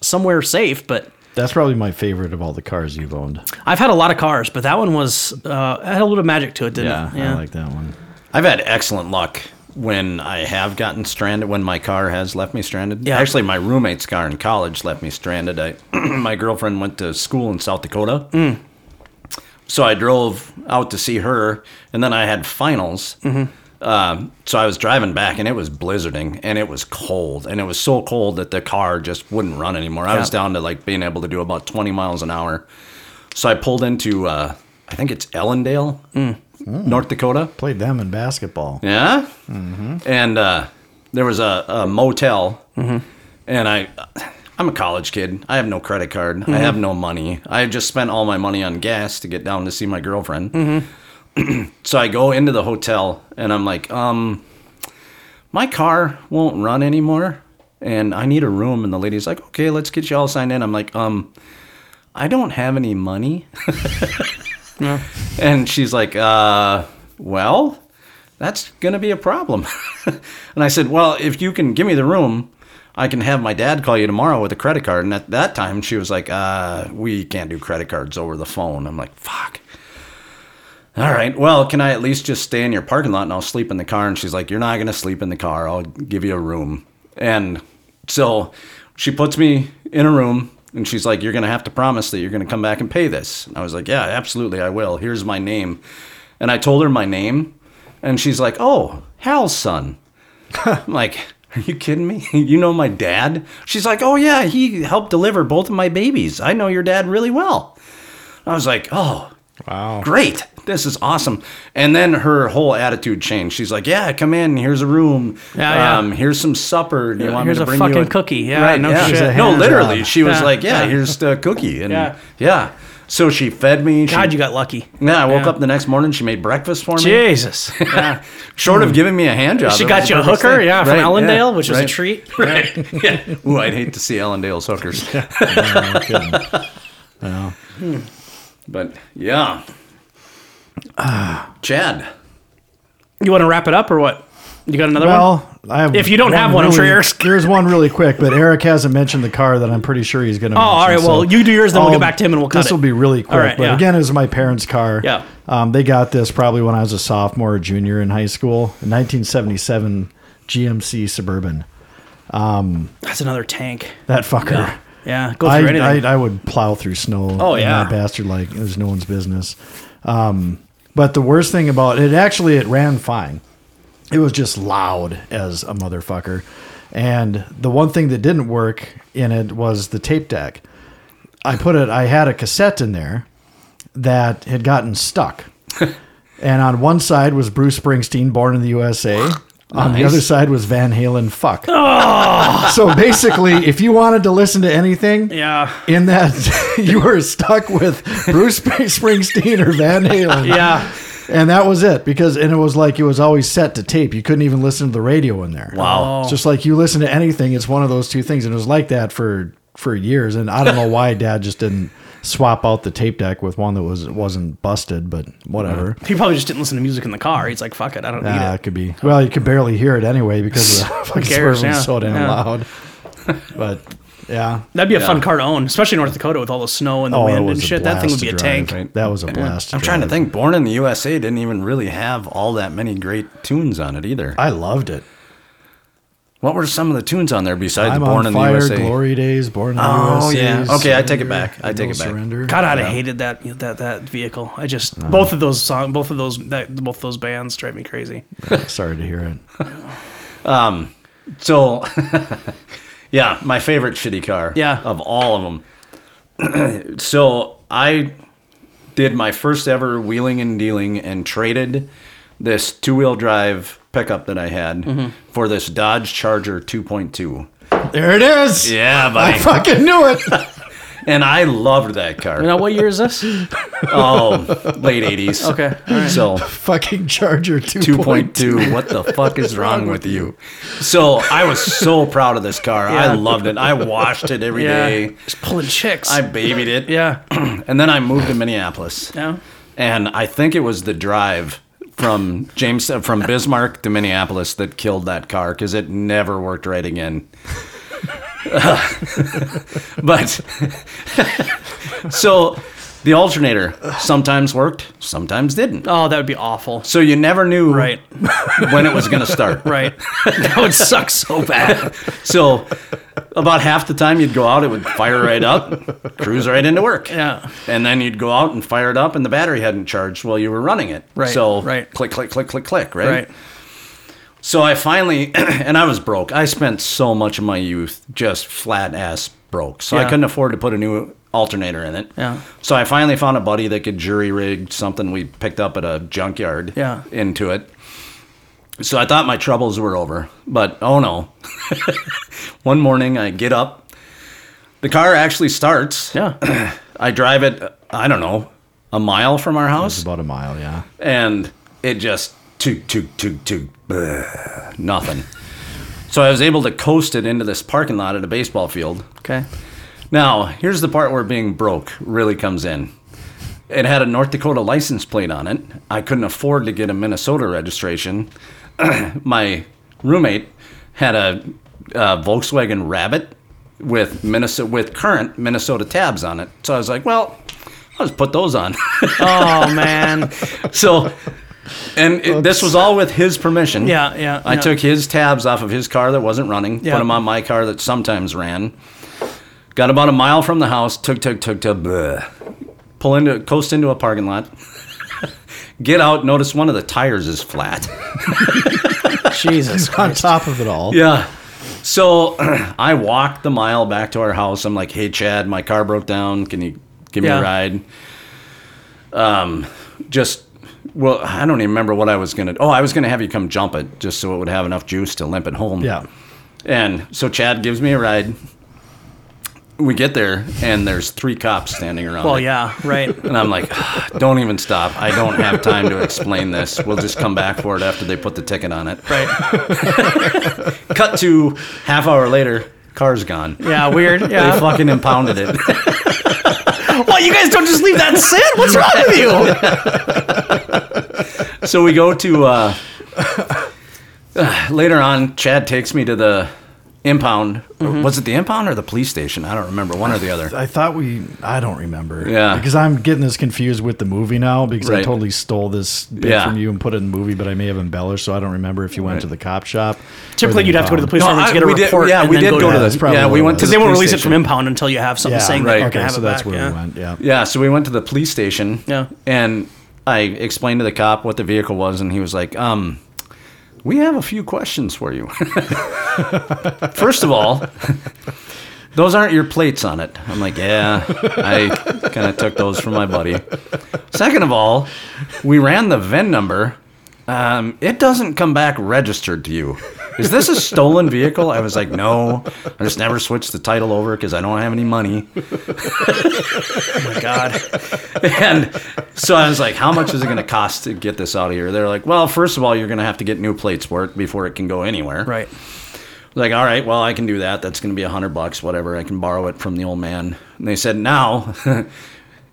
Speaker 2: somewhere safe, but.
Speaker 3: That's probably my favorite of all the cars you've owned.
Speaker 2: I've had a lot of cars, but that one was uh, had a little magic to it, didn't
Speaker 4: Yeah,
Speaker 2: it? Yeah.
Speaker 3: I like that one.
Speaker 4: I've had excellent luck when I have gotten stranded, when my car has left me stranded.
Speaker 2: Yeah.
Speaker 4: Actually, my roommate's car in college left me stranded. I, [CLEARS THROAT] my girlfriend went to school in South Dakota.
Speaker 2: Mm.
Speaker 4: So I drove out to see her, and then I had finals.
Speaker 2: Mm-hmm.
Speaker 4: Um, so I was driving back, and it was blizzarding, and it was cold, and it was so cold that the car just wouldn't run anymore. I was
Speaker 2: Yeah.
Speaker 4: down to like being able to do about 20 miles an hour. So I pulled into, uh, I think it's Ellendale,
Speaker 2: Mm.
Speaker 4: North Dakota.
Speaker 3: Played them in basketball.
Speaker 4: Yeah. And uh, there was a, a motel, and I, I'm a college kid. I have no credit card. I have no money. I just spent all my money on gas to get down to see my girlfriend. [CLEARS THROAT] so I go into the hotel, and I'm like, um, my car won't run anymore, and I need a room. And the lady's like, okay, let's get you all signed in. I'm like, um. I don't have any money. [LAUGHS] And she's like, uh, well, that's going to be a problem. [LAUGHS] and I said, well, if you can give me the room, I can have my dad call you tomorrow with a credit card. And at that time, she was like, uh, we can't do credit cards over the phone. I'm like, fuck. All right. Well, can I at least just stay in your parking lot and I'll sleep in the car? And she's like, You're not going to sleep in the car. I'll give you a room. And so she puts me in a room and she's like, You're going to have to promise that you're going to come back and pay this. And I was like, Yeah, absolutely. I will. Here's my name. And I told her my name. And she's like, Oh, Hal's son. I'm like, are you kidding me? [LAUGHS] You know my dad? She's like, oh yeah, he helped deliver both of my babies. I know your dad really well. I was like, oh,
Speaker 3: Wow.
Speaker 4: great. This is awesome. And then her whole attitude changed. She's like, yeah, come in. Here's a room.
Speaker 2: Yeah, yeah. Uh,
Speaker 4: Um, here's some supper. Do you want
Speaker 2: Here's
Speaker 4: me
Speaker 2: a
Speaker 4: to bring
Speaker 2: fucking
Speaker 4: you
Speaker 2: cookie. Yeah,
Speaker 4: right,
Speaker 2: no
Speaker 4: yeah.
Speaker 2: shit. Here's a
Speaker 4: No,
Speaker 3: hand
Speaker 4: literally.
Speaker 3: job.
Speaker 4: She was
Speaker 2: Yeah,
Speaker 4: like, yeah,
Speaker 2: yeah.
Speaker 4: here's the cookie. And
Speaker 2: Yeah.
Speaker 4: yeah. So she fed me. She,
Speaker 2: God, you got lucky.
Speaker 4: yeah, I woke
Speaker 2: Yeah.
Speaker 4: up the next morning. She made breakfast for me.
Speaker 3: [LAUGHS]
Speaker 2: Jesus.
Speaker 4: Short of giving me a hand job.
Speaker 2: She
Speaker 4: that was
Speaker 2: got
Speaker 4: the
Speaker 2: you a
Speaker 4: perfect
Speaker 2: hooker,
Speaker 4: thing.
Speaker 2: yeah, from
Speaker 4: Right,
Speaker 2: Ellendale, which was a
Speaker 4: right.
Speaker 3: [LAUGHS]
Speaker 2: treat.
Speaker 4: Right. yeah. Ooh, I'd hate to see Ellendale's hookers.
Speaker 3: No kidding. No.
Speaker 4: But yeah. Chad.
Speaker 2: [LAUGHS] You want to wrap it up or what? You got another one?
Speaker 3: Well, I have
Speaker 2: If you don't have one, I'm sure
Speaker 3: really-
Speaker 2: Eric's-
Speaker 3: There's one really quick, but Eric hasn't mentioned the car that I'm pretty sure he's going to. Oh,
Speaker 2: all right, well, you do yours, then we'll get back to him and we'll cut
Speaker 3: um, This
Speaker 2: it.
Speaker 3: will be really quick.
Speaker 2: right,
Speaker 3: but
Speaker 2: yeah.
Speaker 3: again, it was my parents' car.
Speaker 2: Yeah.
Speaker 3: Um, they got this probably when I was a sophomore or junior in high school, a 1977 GMC Suburban.
Speaker 2: That's another tank.
Speaker 3: That fucker.
Speaker 2: Yeah, go
Speaker 3: I,
Speaker 2: through anything.
Speaker 3: I, I would plow through snow.
Speaker 2: Oh,
Speaker 3: in
Speaker 2: yeah.
Speaker 3: that bastard like it was no one's business. Um, but the worst thing about it, actually, it ran fine. It was just loud as a motherfucker. And the one thing that didn't work in it was the tape deck. I put it. I had a cassette in there that had
Speaker 2: [LAUGHS]
Speaker 3: gotten stuck. and on one side was Bruce Springsteen, Born in the USA. On the
Speaker 4: Nice.
Speaker 3: other side was Van Halen, fuck. [LAUGHS] So basically, if you wanted to listen to anything,
Speaker 2: Oh. yeah.
Speaker 3: in that [LAUGHS] you were stuck with Bruce Springsteen or Van
Speaker 2: [LAUGHS]
Speaker 3: Halen.
Speaker 2: Yeah.
Speaker 3: And that was it because, and it was like it was always set to tape. You couldn't even listen to the radio in there.
Speaker 4: Wow.
Speaker 3: It's just like you listen to anything, it's one of those two things. And it was like that for for years. And I don't
Speaker 2: [LAUGHS]
Speaker 3: know why dad just didn't swap out the tape deck with one that was wasn't busted, but whatever.
Speaker 2: He probably just didn't listen to music in the car. He's like, fuck it, I don't need
Speaker 3: Yeah,
Speaker 2: it.
Speaker 3: it could be. Well, you could barely hear it anyway because
Speaker 2: [LAUGHS]
Speaker 3: of the fucking
Speaker 2: cares,
Speaker 3: swerve was
Speaker 2: yeah.
Speaker 3: so damn
Speaker 2: Yeah.
Speaker 3: loud. But yeah,
Speaker 2: That'd be a fun
Speaker 4: Yeah.
Speaker 2: car to own, especially in North Dakota with all the snow and the
Speaker 3: Oh, it
Speaker 2: wind
Speaker 3: was
Speaker 2: and
Speaker 3: a
Speaker 2: shit. That thing would
Speaker 3: blast
Speaker 2: be a
Speaker 3: to
Speaker 2: tank.
Speaker 3: drive. That was a blast.
Speaker 4: I'm trying to
Speaker 3: drive.
Speaker 4: think. Born in the USA didn't even really have all that many great tunes on it either.
Speaker 3: I loved it.
Speaker 4: what were some of the tunes on there besides
Speaker 3: I'm
Speaker 4: Born
Speaker 3: on
Speaker 4: in
Speaker 3: fire,
Speaker 4: the USA?
Speaker 3: glory days, born in the
Speaker 4: Oh,
Speaker 3: USA.
Speaker 4: yeah. Okay, I take it back. I take it back.
Speaker 3: Surrender.
Speaker 2: God, I'd have hated that that that vehicle. I just both of those song, both of those that both those bands drive me crazy.
Speaker 3: Sorry to hear it. [LAUGHS]
Speaker 4: So, [LAUGHS] yeah, my favorite shitty car.
Speaker 2: Yeah.
Speaker 4: Of all of them. [CLEARS THROAT] so I did my first ever wheeling and dealing and traded this two wheel drive pickup that I had
Speaker 2: Mm-hmm.
Speaker 4: for this Dodge Charger 2.2.
Speaker 3: There it
Speaker 4: [LAUGHS]
Speaker 3: is.
Speaker 4: Yeah,
Speaker 3: I
Speaker 4: buddy.
Speaker 3: [LAUGHS] fucking knew it. [LAUGHS]
Speaker 4: and I loved that car.
Speaker 2: Now, what year is this?
Speaker 4: Oh,
Speaker 2: [LAUGHS]
Speaker 4: late [LAUGHS] 80s.
Speaker 2: Okay, all right.
Speaker 4: So.
Speaker 3: fucking Charger 2.2.
Speaker 4: 2.2. What the fuck is wrong with you? So I was so proud of this car.
Speaker 2: Yeah.
Speaker 4: I loved it. I washed it every
Speaker 2: Yeah,
Speaker 4: day.
Speaker 2: just pulling chicks.
Speaker 4: I babied it.
Speaker 2: yeah,
Speaker 4: [CLEARS THROAT] And then I moved to Minneapolis.
Speaker 2: yeah.
Speaker 4: And I think it was the drive from James uh, from Bismarck to Minneapolis that killed that car because it never worked right again. [LAUGHS] but [LAUGHS] so the alternator sometimes worked, sometimes didn't.
Speaker 2: Oh, that would be awful.
Speaker 4: So you never knew
Speaker 2: Right,
Speaker 4: when it was going to
Speaker 2: [LAUGHS]
Speaker 4: start.
Speaker 2: right. that would suck so bad.
Speaker 4: [LAUGHS] So about half the time you'd go out, it would fire right up, cruise right into work.
Speaker 2: Yeah.
Speaker 4: And then you'd go out and fire it up, and the battery hadn't charged while you were running it.
Speaker 2: Right,
Speaker 4: So
Speaker 2: right.
Speaker 4: click, click, click, click, click. Right.
Speaker 2: Right.
Speaker 4: So I finally, [CLEARS THROAT] and I was broke. I spent so much of my youth just flat ass broke. So I
Speaker 2: Yeah.
Speaker 4: couldn't afford to put a new alternator in it.
Speaker 2: Yeah.
Speaker 4: So I finally found a buddy that could jury rig something we picked up at a junkyard
Speaker 2: Yeah.
Speaker 4: into it. So I thought my troubles were over, but oh no. [LAUGHS] One morning I get up. The car actually starts.
Speaker 2: Yeah.
Speaker 4: I drive it, I don't know, a mile from our house
Speaker 3: It's about a mile, yeah.
Speaker 4: and it just toot toot toot toot bleh, nothing. So I was able to coast it into this parking lot at a baseball field. [LAUGHS]
Speaker 2: Okay.
Speaker 4: Now here's the part where being broke really comes in. It had a North Dakota license plate on it. I couldn't afford to get a Minnesota registration. [CLEARS THROAT] My roommate had a, uh Volkswagen Rabbit with Minnesota with current Minnesota tabs on it. So I was like, well, I'll just put those on. [LAUGHS]
Speaker 2: Oh man.
Speaker 4: So, and it, this was all with his permission.
Speaker 2: Yeah, yeah,
Speaker 4: I
Speaker 2: yeah.
Speaker 4: took his tabs off of his car that wasn't running, put
Speaker 2: Yeah.
Speaker 4: 'em put them on my car that sometimes ran. Got about a mile from the house, took, took, took, took, bleh. pull into, coast into a parking lot. [LAUGHS] Get out, notice one of the tires is flat.
Speaker 2: Jesus.
Speaker 3: On top of it all,
Speaker 4: Yeah. So [CLEARS THROAT] I walked the mile back to our house. I'm like, hey, Chad, my car broke down. Can you give me
Speaker 2: Yeah.
Speaker 4: a ride? Um, just, well, I don't even remember what I was going to Oh, I was going to have you come jump it just so it would have enough juice to limp it home.
Speaker 3: yeah.
Speaker 4: And so Chad gives me a ride. We get there, and there's three cops standing around.
Speaker 2: Well,
Speaker 4: it.
Speaker 2: yeah. Right.
Speaker 4: And I'm like, "Ah, don't even stop. I don't have time to explain this. We'll just come back for it after they put the ticket on it.
Speaker 2: Right.
Speaker 4: Cut to half hour later, car's gone. [LAUGHS]
Speaker 2: Yeah. Weird.
Speaker 4: They
Speaker 2: Yeah.
Speaker 4: fucking impounded it. [LAUGHS]
Speaker 2: Well, you guys don't just leave that sit. What's wrong
Speaker 4: [LAUGHS]
Speaker 2: with you?
Speaker 4: so we go to uh, uh, later on. Chad takes me to the impound.
Speaker 2: Mm-hmm.
Speaker 4: Was it the impound or the police station? I don't remember. One or the other.
Speaker 3: I thought we. I don't remember.
Speaker 4: Yeah.
Speaker 3: Because I'm getting this confused with the movie now because I
Speaker 4: Right.
Speaker 3: totally stole this bit
Speaker 4: Yeah.
Speaker 3: from you and put it in the movie, but I may have embellished, so I don't remember if you went to the cop shop. or
Speaker 2: Typically,
Speaker 3: the
Speaker 2: you'd have to go to the
Speaker 3: impound.
Speaker 2: police
Speaker 4: No,
Speaker 2: department
Speaker 4: I-
Speaker 2: to get a
Speaker 4: we did-
Speaker 2: report.
Speaker 4: yeah,
Speaker 2: and
Speaker 4: we
Speaker 2: then
Speaker 4: did
Speaker 2: go
Speaker 4: go to
Speaker 2: to
Speaker 4: the-
Speaker 3: That's probably
Speaker 4: Yeah, we
Speaker 3: what
Speaker 4: went
Speaker 3: was.
Speaker 4: to
Speaker 2: Because
Speaker 4: the
Speaker 2: they won't
Speaker 4: police
Speaker 2: release it from
Speaker 4: station.
Speaker 2: impound until you have something
Speaker 3: Yeah.
Speaker 2: saying that
Speaker 4: Right.
Speaker 2: you
Speaker 3: Okay,
Speaker 2: can have
Speaker 3: so
Speaker 2: it
Speaker 3: that's
Speaker 2: back.
Speaker 3: where
Speaker 2: yeah.
Speaker 3: we went. Yeah.
Speaker 4: Yeah, so we went to the police station.
Speaker 2: Yeah.
Speaker 4: And I explained to the cop what the vehicle was, and he was like, um, we have a few questions for you. [LAUGHS] First of all, those aren't your plates on it. I'm like, yeah, I kind of took those from my buddy. Second of all, we ran the VIN number. Um, it doesn't come back registered to you. Is this a stolen vehicle? I was like, no. I just never switched the title over because I don't have any money. [LAUGHS]
Speaker 2: Oh my God.
Speaker 4: And so I was like, how much is it going to cost to get this out of here? They're like, well, first of all, you're going to have to get new plates for it before it can go anywhere.
Speaker 2: Right.
Speaker 4: Like, all right, well, I can do that. That's going to be a hundred bucks, whatever. I can borrow it from the old man. And they said, now [LAUGHS]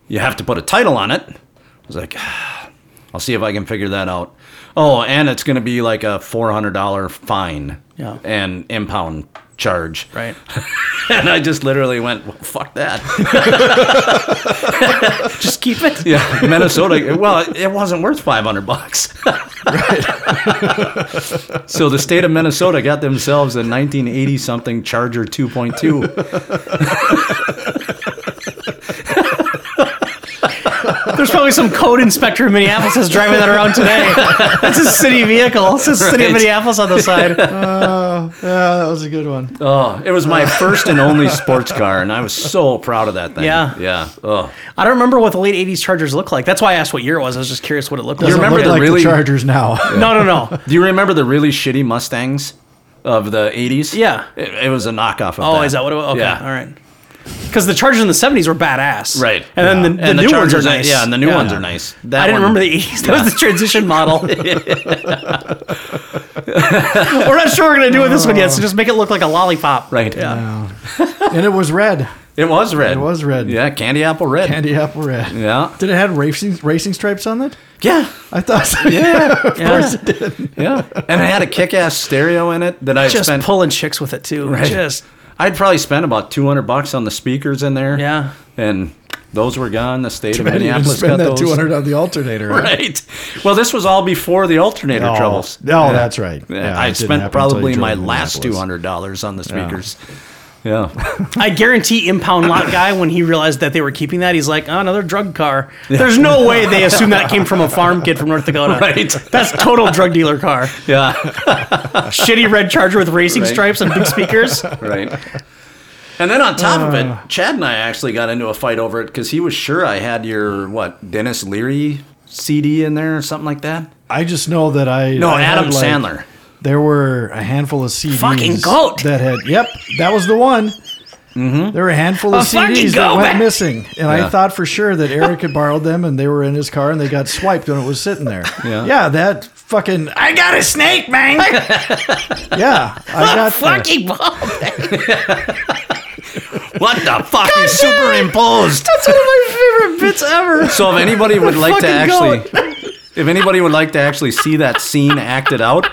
Speaker 4: you have to put a title on it. I was like, [SIGHS] I'll see if I can figure that out. Oh, and it's going to be like a $400 fine
Speaker 2: Yeah.
Speaker 4: and impound charge. [LAUGHS]
Speaker 2: Right.
Speaker 4: And I just literally went, well, fuck that. [LAUGHS]
Speaker 2: Just keep it.
Speaker 4: Yeah, Minnesota. Well, it wasn't worth five hundred bucks. [LAUGHS] so the state of Minnesota got themselves a nineteen eighty something Charger two point two.
Speaker 2: There's probably some code inspector in Minneapolis that's driving that around today. That's a city vehicle. It says city of
Speaker 4: Right.
Speaker 2: Minneapolis on the side.
Speaker 3: Oh, Yeah, that was a good one.
Speaker 4: Oh, it was [LAUGHS] my first and only sports car, and I was so proud of that thing.
Speaker 2: Yeah.
Speaker 4: yeah. Oh,
Speaker 2: I don't remember what the late 80s Chargers looked like. That's why I asked what year it was. I was just curious what it looked like.
Speaker 3: Doesn't
Speaker 4: remember
Speaker 3: look
Speaker 4: the
Speaker 3: like
Speaker 4: really-
Speaker 3: the Chargers now?
Speaker 2: No, no,
Speaker 4: [LAUGHS]
Speaker 2: no.
Speaker 4: do you remember the really shitty Mustangs of the eighties?
Speaker 2: Yeah.
Speaker 4: it, it was a knockoff of.
Speaker 2: Oh,
Speaker 4: that.
Speaker 2: is that what it was? Okay.
Speaker 4: Yeah.
Speaker 2: All right. Because the Chargers in the 70s were badass.
Speaker 4: Right.
Speaker 2: And then
Speaker 4: Yeah.
Speaker 2: the, the new ones are
Speaker 4: Chargers
Speaker 2: nice.
Speaker 4: Yeah, and the new ones are nice. That
Speaker 2: I didn't
Speaker 4: one-
Speaker 2: remember the 80s. That was the transition
Speaker 4: [LAUGHS]
Speaker 2: model. [LAUGHS] we're not sure what we're going to do with this one yet, so just make it look like a lollipop.
Speaker 4: Oh. Right.
Speaker 2: Yeah.
Speaker 3: and it was red.
Speaker 4: It was red. It
Speaker 3: was red.
Speaker 4: Yeah, candy apple red.
Speaker 3: Candy apple red.
Speaker 4: Yeah.
Speaker 3: Did it have racing racing stripes on it?
Speaker 4: Yeah.
Speaker 3: I thought so.
Speaker 4: Yeah.
Speaker 2: Yeah.
Speaker 4: Yeah, [LAUGHS] and I had a kick-ass stereo in it that I
Speaker 2: Just
Speaker 4: spent.
Speaker 2: pulling chicks with it, too.
Speaker 4: [LAUGHS] Right.
Speaker 2: Just,
Speaker 4: I'd probably spent about two hundred bucks on the speakers in there.
Speaker 2: Yeah.
Speaker 4: and those were gone. The state of
Speaker 3: I didn't even
Speaker 4: Minneapolis got
Speaker 3: spend that
Speaker 4: those.
Speaker 3: two hundred on the alternator.
Speaker 4: [LAUGHS] [LAUGHS]
Speaker 3: huh?
Speaker 4: Right. Well, this was all before the alternator
Speaker 3: Oh,
Speaker 4: troubles.
Speaker 3: no, that's right. Yeah,
Speaker 4: I
Speaker 3: it didn't happen
Speaker 4: spent
Speaker 3: until
Speaker 4: probably
Speaker 3: you
Speaker 4: my
Speaker 3: drove to
Speaker 4: last two
Speaker 3: Minneapolis.
Speaker 4: hundred dollars on the speakers. Yeah. [LAUGHS]
Speaker 2: I guarantee Impound Lot Guy, when he realized that they were keeping that, he's like, oh, another drug car. There's no way they assume that came from a farm kid from North Dakota.
Speaker 4: Right.
Speaker 2: That's total drug dealer car.
Speaker 4: Yeah.
Speaker 2: Shitty red Charger with racing
Speaker 4: Right.
Speaker 3: [LAUGHS]
Speaker 2: stripes and big speakers.
Speaker 4: Right. And then on top of
Speaker 3: Uh.
Speaker 4: it, Chad and I actually got into a fight over it because he was sure I had your what Dennis Leary CD in there or something like that.
Speaker 3: I just know that I
Speaker 4: No,
Speaker 3: I had,
Speaker 4: Adam
Speaker 3: like,
Speaker 4: Sandler.
Speaker 3: There were a handful of CDs.
Speaker 2: Fucking goat.
Speaker 3: That had yep, that was the one. There were a handful of
Speaker 2: A fucking
Speaker 3: CDs that
Speaker 2: goat.
Speaker 3: went missing, and I
Speaker 4: Yeah.
Speaker 3: thought for sure that Eric had borrowed them, and they were in his car, and they got swiped when it was sitting there.
Speaker 4: Yeah.
Speaker 3: yeah, that fucking I got a snake, [LAUGHS] man. yeah, I got
Speaker 2: Fucking
Speaker 3: fucking.
Speaker 2: Bob.
Speaker 4: What the fuck? He's superimposed.
Speaker 2: That's one of my favorite bits ever.
Speaker 4: So if anybody would like to actually,
Speaker 2: Fucking
Speaker 4: if anybody would like to actually see that scene acted out,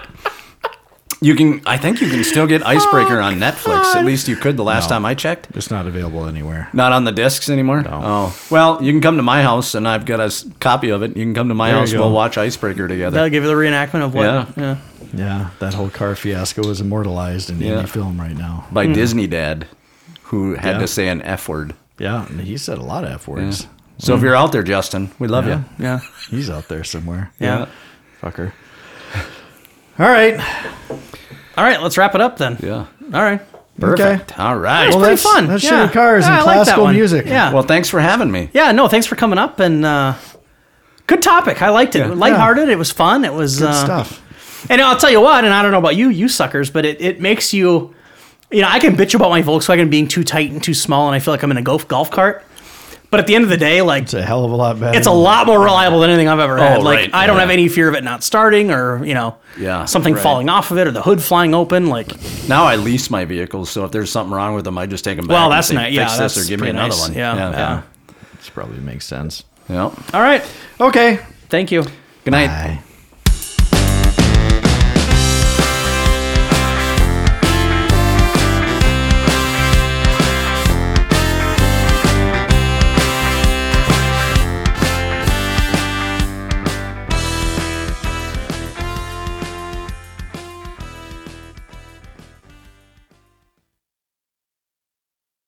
Speaker 4: you can. I think you can still get Icebreaker on Netflix. At least you could the last time I checked.
Speaker 3: It's not available anywhere.
Speaker 4: Not on the discs anymore. Oh well, you can come to my house and I've got a s- copy of it. You can come to my
Speaker 3: you
Speaker 4: house.
Speaker 3: go.
Speaker 4: We'll watch Icebreaker together.
Speaker 2: That'll give you the reenactment of what?
Speaker 4: Yeah.
Speaker 3: Yeah, that whole car fiasco is immortalized in
Speaker 4: Yeah.
Speaker 3: indie film right now.
Speaker 4: by
Speaker 2: Hmm.
Speaker 4: Disney Dad, who had
Speaker 3: Yeah.
Speaker 4: to say an F word.
Speaker 3: Yeah, and he said a lot of f words.
Speaker 4: So if you're out there, Justin, we love
Speaker 3: Hmm. Yeah.
Speaker 4: you.
Speaker 2: Yeah.
Speaker 3: He's out there somewhere.
Speaker 2: Yeah.
Speaker 3: fucker. All right.
Speaker 2: All right, let's wrap it up then.
Speaker 4: Yeah.
Speaker 2: All right.
Speaker 4: Perfect. All right.
Speaker 3: Well,
Speaker 4: Well,
Speaker 2: Pretty
Speaker 3: That's-
Speaker 2: fun.
Speaker 3: that's
Speaker 2: yeah.
Speaker 3: shitty cars and
Speaker 2: I like that
Speaker 3: classical
Speaker 2: one.
Speaker 3: music.
Speaker 2: Yeah.
Speaker 4: thanks for having me.
Speaker 2: yeah, no, thanks for coming up and uh good topic. I liked it. Lighthearted, it was fun. It was
Speaker 3: Good
Speaker 2: uh,
Speaker 3: stuff.
Speaker 2: And I'll tell you what, and I don't know about you, you suckers, but it, it makes you, you know, I can bitch about my Volkswagen being too tight and too small, and I feel like I'm in a golf golf cart. But at the end of the day, like
Speaker 3: It's a hell of a lot better.
Speaker 2: it's a lot more reliable than anything I've ever had. Like
Speaker 4: Oh, right,
Speaker 2: I don't
Speaker 4: yeah.
Speaker 2: have any fear of it not starting, or you know,
Speaker 4: Yeah,
Speaker 2: something
Speaker 4: right.
Speaker 2: falling off of it, or the hood flying open. Like,
Speaker 4: Now I lease my vehicles, so if there's something wrong with them, I just take them back.
Speaker 2: well,
Speaker 4: and
Speaker 2: that's
Speaker 4: say,
Speaker 2: nice. Yeah,
Speaker 4: "Fix
Speaker 2: that's
Speaker 4: this or give me
Speaker 2: pretty
Speaker 4: another
Speaker 2: nice.
Speaker 4: one.
Speaker 2: Yeah, yeah,
Speaker 4: yeah.
Speaker 3: This probably makes sense.
Speaker 4: yeah.
Speaker 2: All right.
Speaker 3: Okay.
Speaker 2: Thank you.
Speaker 4: Good night.
Speaker 3: Bye.